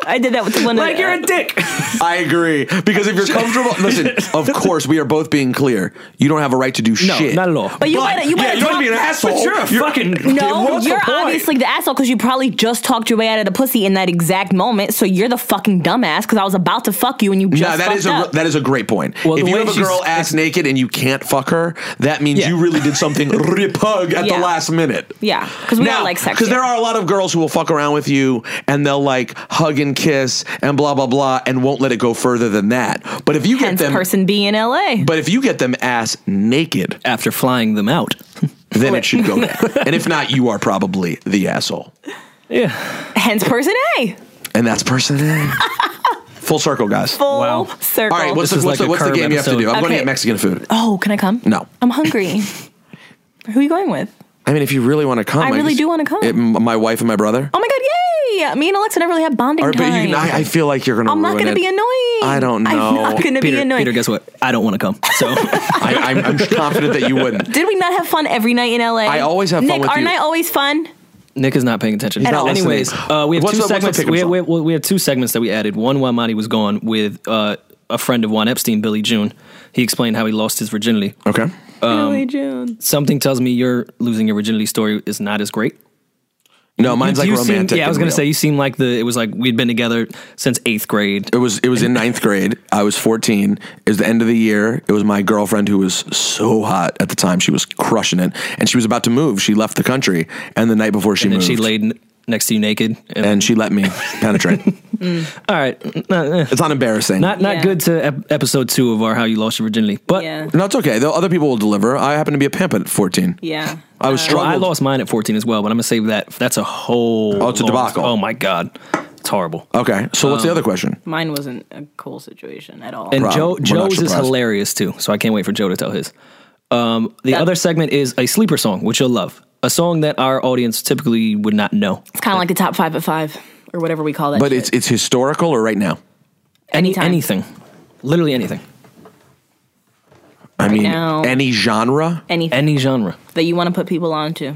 I did that with one Like of the, you're a dick. I agree because if you're comfortable, listen. Of course, we are both being clear. You don't have a right to do No, shit. not at all. But you But- might you yeah, might you wanna be an asshole. But you're a fucking. No, what's the you're point? obviously the asshole because you probably just talked your way out of the pussy in that exact moment. So you're the fucking dumbass because I was about to fuck you and you just Yeah, that fucked is a up. that is a great point. Well, if the you way have a she's- girl ass naked and you can't fuck her, that means Yeah. you really did something ripug at Yeah. the last minute. yeah, because we all like sex. Because here. there are a lot of girls who will fuck around with you and they'll like hug and kiss and blah blah blah and won't let it go further than that. But if you Hence, get them, person B in L.A. but if you get them ass naked, after flying them out. then it should go down. and if not, you are probably the asshole. Yeah. Hence, person A. And that's person A. Full circle, guys. Full Wow. circle. All right, This what's, the, is what's, like the, a what's the Curb game you have to do? I'm episode. going to Okay. get Mexican food. oh, can I come? No. I'm hungry. Who are you going with? I mean, if you really want to come, I really do wanna come. it- my wife and my brother. Oh my god! Yay! Me and Alexa never really have bonding Or- but you time. can- I, I feel like you're going to. I'm not going gonna to be annoying. I don't I'm know. not gonna be Peter, annoying. Peter, guess what? I don't want to come. So I, I'm, I'm confident that you wouldn't. Did we not have fun every night in LA? I always have fun Nick, with our you. night always fun. Nick is not paying attention. not listening. Anyways, uh, we have What's two the- what's the segments. pickup We have, song? we, have, we have two segments that we added. One while Monty was gone with uh, a friend of Juan Epstein, Billy June. He explained how he lost his virginity. Okay. Billy June. Something tells me your losing your virginity story is not as great. No, mine's like You seem- romantic. yeah, I was and gonna real. say you seem like the. It was like we'd been together since eighth grade. It was it was in ninth grade. I was fourteen. It was the end of the year. It was my girlfriend who was so hot at the time. She was crushing it, and she was about to move. She left the country, and the night before she and then moved, she laid n- next to you naked. And, and she let me penetrate. all right, It's not embarrassing. not not Yeah. good to ep- episode two of our how you lost your virginity, but. Yeah. no, it's okay. Though other people will deliver. I happen to be a pimp at fourteen. Yeah. I was Well, Oh, I struggling. lost mine at 14 as well, but I'm gonna save that. That's a whole. Oh, it's a long- debacle. Oh my god, it's horrible. okay, so what's Um, the other question? Mine wasn't a cool situation at all. And Problem. Joe We're not Joe's is surprised. hilarious too, so I can't wait for Joe to tell his. Um, the That- other segment is a sleeper song, which you'll love. A song that our audience typically would not know. it's kind of like the top five at five or whatever we call that. But shit. it's it's historical or right now. Any Anytime. anything, literally anything, I mean, now. any genre. anything any genre. that you want to put people onto.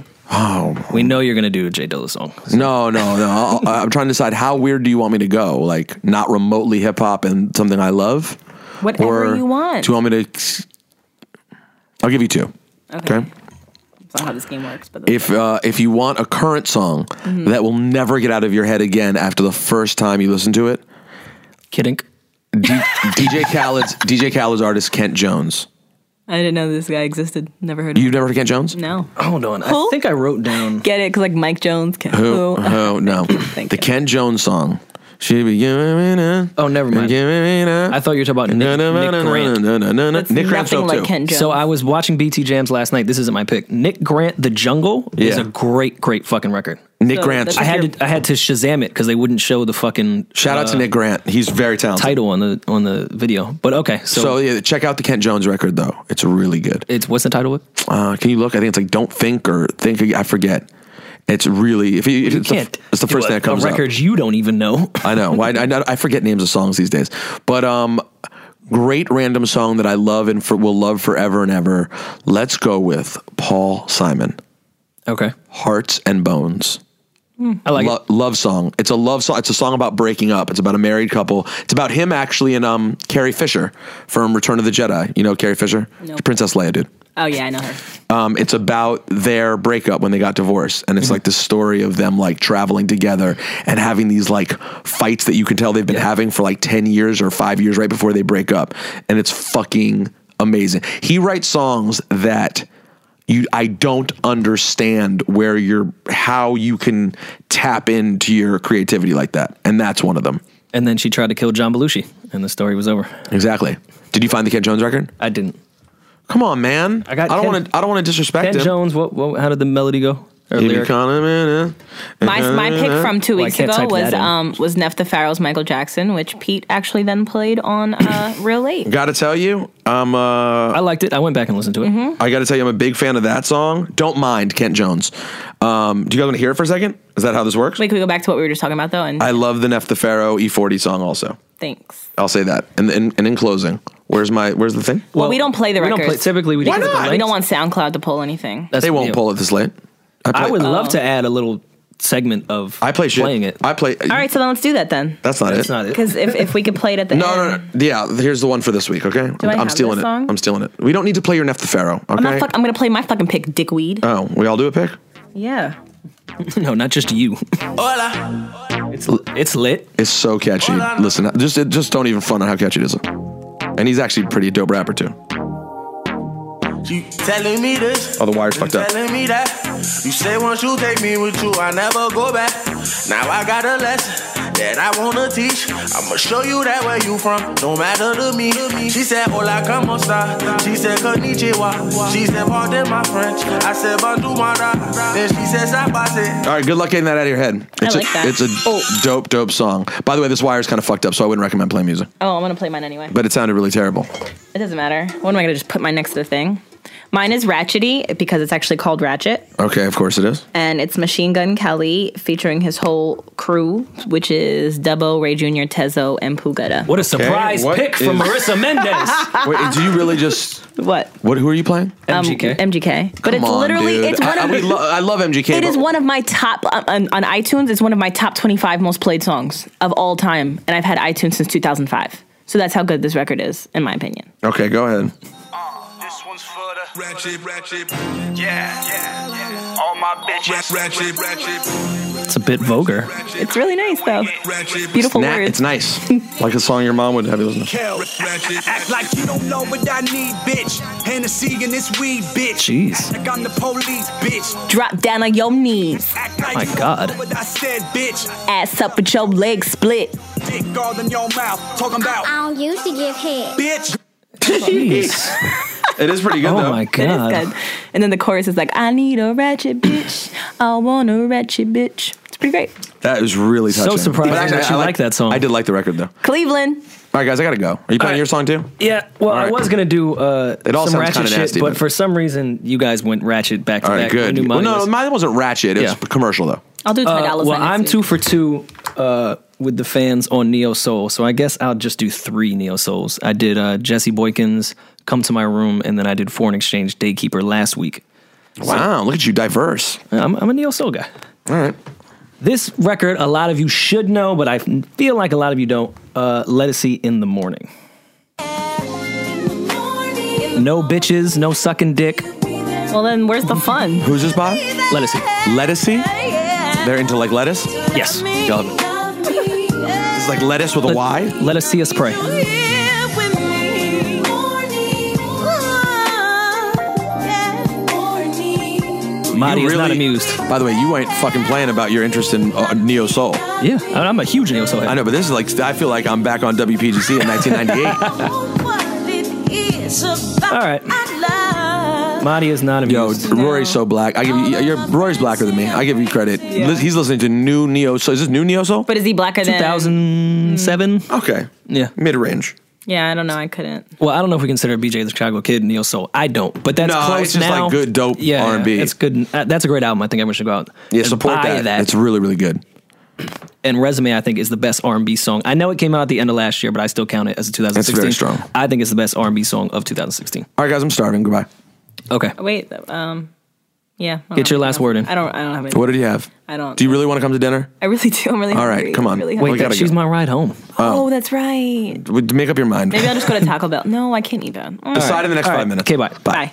We know you're gonna do a Jay Dilla song. No, no, no. I'll- I- I'm trying to decide how weird do you want me to go? Like not remotely hip hop and something I love, Whatever or you want. Do you want me to? I'll give you two. Okay. Okay. That's not how this game works. But If uh, if you want a current song Mm-hmm. that will never get out of your head again after the first time you listen to it, Kidding. D- DJ Khaled's DJ Khaled's artist Kent Jones. I didn't know this guy existed. Never heard of him. You've never heard of Kent Jones? No. Hold on, I Who? think I wrote down. Get it? Because like Mike Jones. Can, who? Oh no, Thank the you. Kent Jones song. She be giving me na, Oh, never mind. giving me na. I thought you were talking about Nick, Nick Grant. That's Nick Grant's nothing dope, like too. Ken Jones. So I was watching BT Jams last night. This isn't my pick. Nick Grant, The Jungle is Yeah. a great, great fucking record. Nick So Grant's. that's- I had to I had to Shazam it because they wouldn't show the fucking Shout out to uh, Nick Grant. He's very talented. title on the on the video. But okay, so, So yeah, check out the Kent Jones record though. It's really good. it's what's the title? Of? it? Uh, can you look? I think it's like Don't Think or Think. Ag- I forget. It's really if you, if You it's, the, can't. f- it's the do first a- thing that comes A up. record you don't even know. I know. Why I, I forget names of songs these days. But um, great random song that I love and for, will love forever and ever. Let's go with Paul Simon, okay, Hearts and Bones. I like Lo- love song. It's a love song. It's a song about breaking up. It's about a married couple. It's about him actually and um Carrie Fisher from Return of the Jedi. You know Carrie Fisher, Nope. Princess Leia, dude. oh yeah, I know her. Um, it's about their breakup when they got divorced, and it's Mm-hmm. like the story of them like traveling together and having these like fights that you can tell they've been having for like ten years or five years right before they break up, and it's fucking amazing. He writes songs that you I don't understand where you're how you can tap into your creativity like that, and that's one of them. it. And then she tried to kill John Belushi, and the story was over. Exactly. Did you find the Kent Jones record? I didn't. Come on, man. I got I don't Ken- want to. I don't want to disrespect Ted him. Jones. What, what? How did the melody go? Or He be lyric- calling me, eh? My, my pick from two Well, I weeks can't ago type was that in. um, was Neff the Pharaoh's Michael Jackson, which Pete actually then played on uh, Real Late. Gotta tell you, I'm uh, I liked it. I went back and listened to it. Mm-hmm. I got to tell you, I'm a big fan of that song. Don't mind Kent Jones. Um, do you guys want to hear it for a second? Is that how this works? Wait, can we go back to what we were just talking about though? And I love the Neff the Pharaoh E40 song. Also, thanks. I'll say that. And and, and in closing, where's my where's the thing? Well, we don't play the we Don't play, records. typically, we just Why get the not? links. We don't want SoundCloud to pull anything. That's they the won't deal. pull it this late. I, play, I would love Oh. to add a little segment of I play shit. playing it. I play. All right, so then let's do that then. That's not That's it. not it. Because if, if we could play it at the No, end, no, no. Yeah, here's the one for this week. Okay, I I'm, have stealing this it. song? I'm stealing it. We don't need to play your Neff the Pharaoh. Okay. I'm not. Fuck, I'm gonna play my fucking pick, dickweed. oh, we all do a pick. yeah. No, not just you. It's, it's lit. It's so catchy. Listen, just just don't even front on how catchy it is. And he's actually a pretty dope rapper too. You telling me this? Oh, the wire's fucked up. Telling me that. You say once you take me with you, I never go back. Now I got a lesson that I wanna teach. I'ma show you that where you from don't matter to me. She said, Hola, como esta? She said, Konnichiwa. She said, Pardon my French. I said, Bonjour, mara. Then she said, Sabase. All right, good luck getting that out of your head. It's like a, that. Oh. It's a dope, dope song. By the way, this wire is kind of fucked up, so I wouldn't recommend playing music. Oh, I'm gonna play mine anyway. But it sounded really terrible. It doesn't matter. What am I gonna just put mine next to the thing? Mine is Ratchety because it's actually called Ratchet, Okay, of course it is. and it's Machine Gun Kelly featuring his whole crew, which is Dubbo, Ray Jr., Tezo, and Pugetta. What a surprise what pick from is- Marissa Mendez. Um, Wait, do you really just What? Um, what? Who are you playing? MGK. MGK. But it's Come on, literally dude. it's one I, of I, we lo- I love MGK. It but- is one of my top on, on- on iTunes. It's one of my top 25 most played songs of all time, and I've had iTunes since 2005. So that's how good this record is, in my opinion. Okay, go ahead. This one's for the Ratchet, ratchet, yeah, yeah, yeah. All my bitches. ratchet, ratchet, It's a bit vulgar. It's really nice though. ratchet. Beautiful Nat, words. it's nice, like a song your mom would have you listen to. Ratchet. Act like you don't know what I need, bitch. Hennessy and this weed, bitch. Jeez. Like I'm the police, bitch. Drop down on your knees, Act like My you don't God. know What I said, bitch. ass up with your legs split. Dick all in your mouth. Talking about, I don't usually give head. bitch. Jeez. It is pretty good Oh though. my It is god. good. And then the chorus is like, I need a ratchet bitch. I want a ratchet bitch. It's pretty great. That is really So touching. surprising But that you like that song. I did like the record though. All Cleveland. right, guys, I gotta go. Are you playing right. your song too? Yeah. Well, I right. was gonna do uh, It all some sounds ratchet kinda shit, nasty, but but- for some reason you guys went ratchet back to All right, back. I good. knew Well, mine no, was- mine wasn't ratchet. It was Yeah. commercial though. I'll do $20 Uh, on well, next I'm week. two for two uh, with the fans on Neo Soul, so I guess I'll just do three Neo Souls. I did uh, Jesse Boykins, Come to My Room, and then I did Foreign Exchange Daykeeper last week. Wow, look at you, diverse. I'm, I'm a Neo Soul guy. All right. This record, a lot of you should know, but I feel like a lot of you don't. Uh, Let It See in the Morning. No bitches, no sucking dick. Well, then where's the fun? Who's this by? Let It See. Lettucey? They're into like lettuce? Yes. Y'all- It's like lettuce with a Let- Y? Let Us See Us Pray. Marty You is not really- amused. By the way, you ain't fucking playing about your interest in uh, neo soul. Yeah, I- I'm a huge Neo Soul head. I know, but this is like, I feel like I'm back on WPGC in 1998. All right. Marty is not Yo, amused. Rory's so black. I give you, you're, Rory's blacker than me. I give you credit. Lis- He's listening to new neo soul. Is this new neo soul? But is he blacker than 2007. Okay. Yeah. Mid range. Yeah, I don't know. I couldn't. Well, I don't know if we consider BJ the Chicago Kid Neo Soul. I don't, but that's No, close it's just now. like good, dope yeah, R&B. Yeah, it's good. uh, That's a great album. I think everyone should go out. Yeah, and support buy that. It's really, really good. and Resume, I think, is the best R&B song. I know it came out at the end of last year, but I still count it as a 2016. That's very strong. I think it's the best R&B song of 2016. All right, guys, I'm starving. Goodbye. Okay. Wait. Um. Yeah. I Get don't your last know. word in. I don't. I don't have any. What did you have? I don't. Do you really want to come to dinner? I really do. I'm really. All right, hungry. come on. I'm really Wait, Wait, hungry. that, gotta she's go. my ride home. oh, that's right. Make up your mind. Maybe I'll just go to Taco Bell. No, I can't eat that. All right. Decide in the next All five right. minutes. Okay, bye. Bye.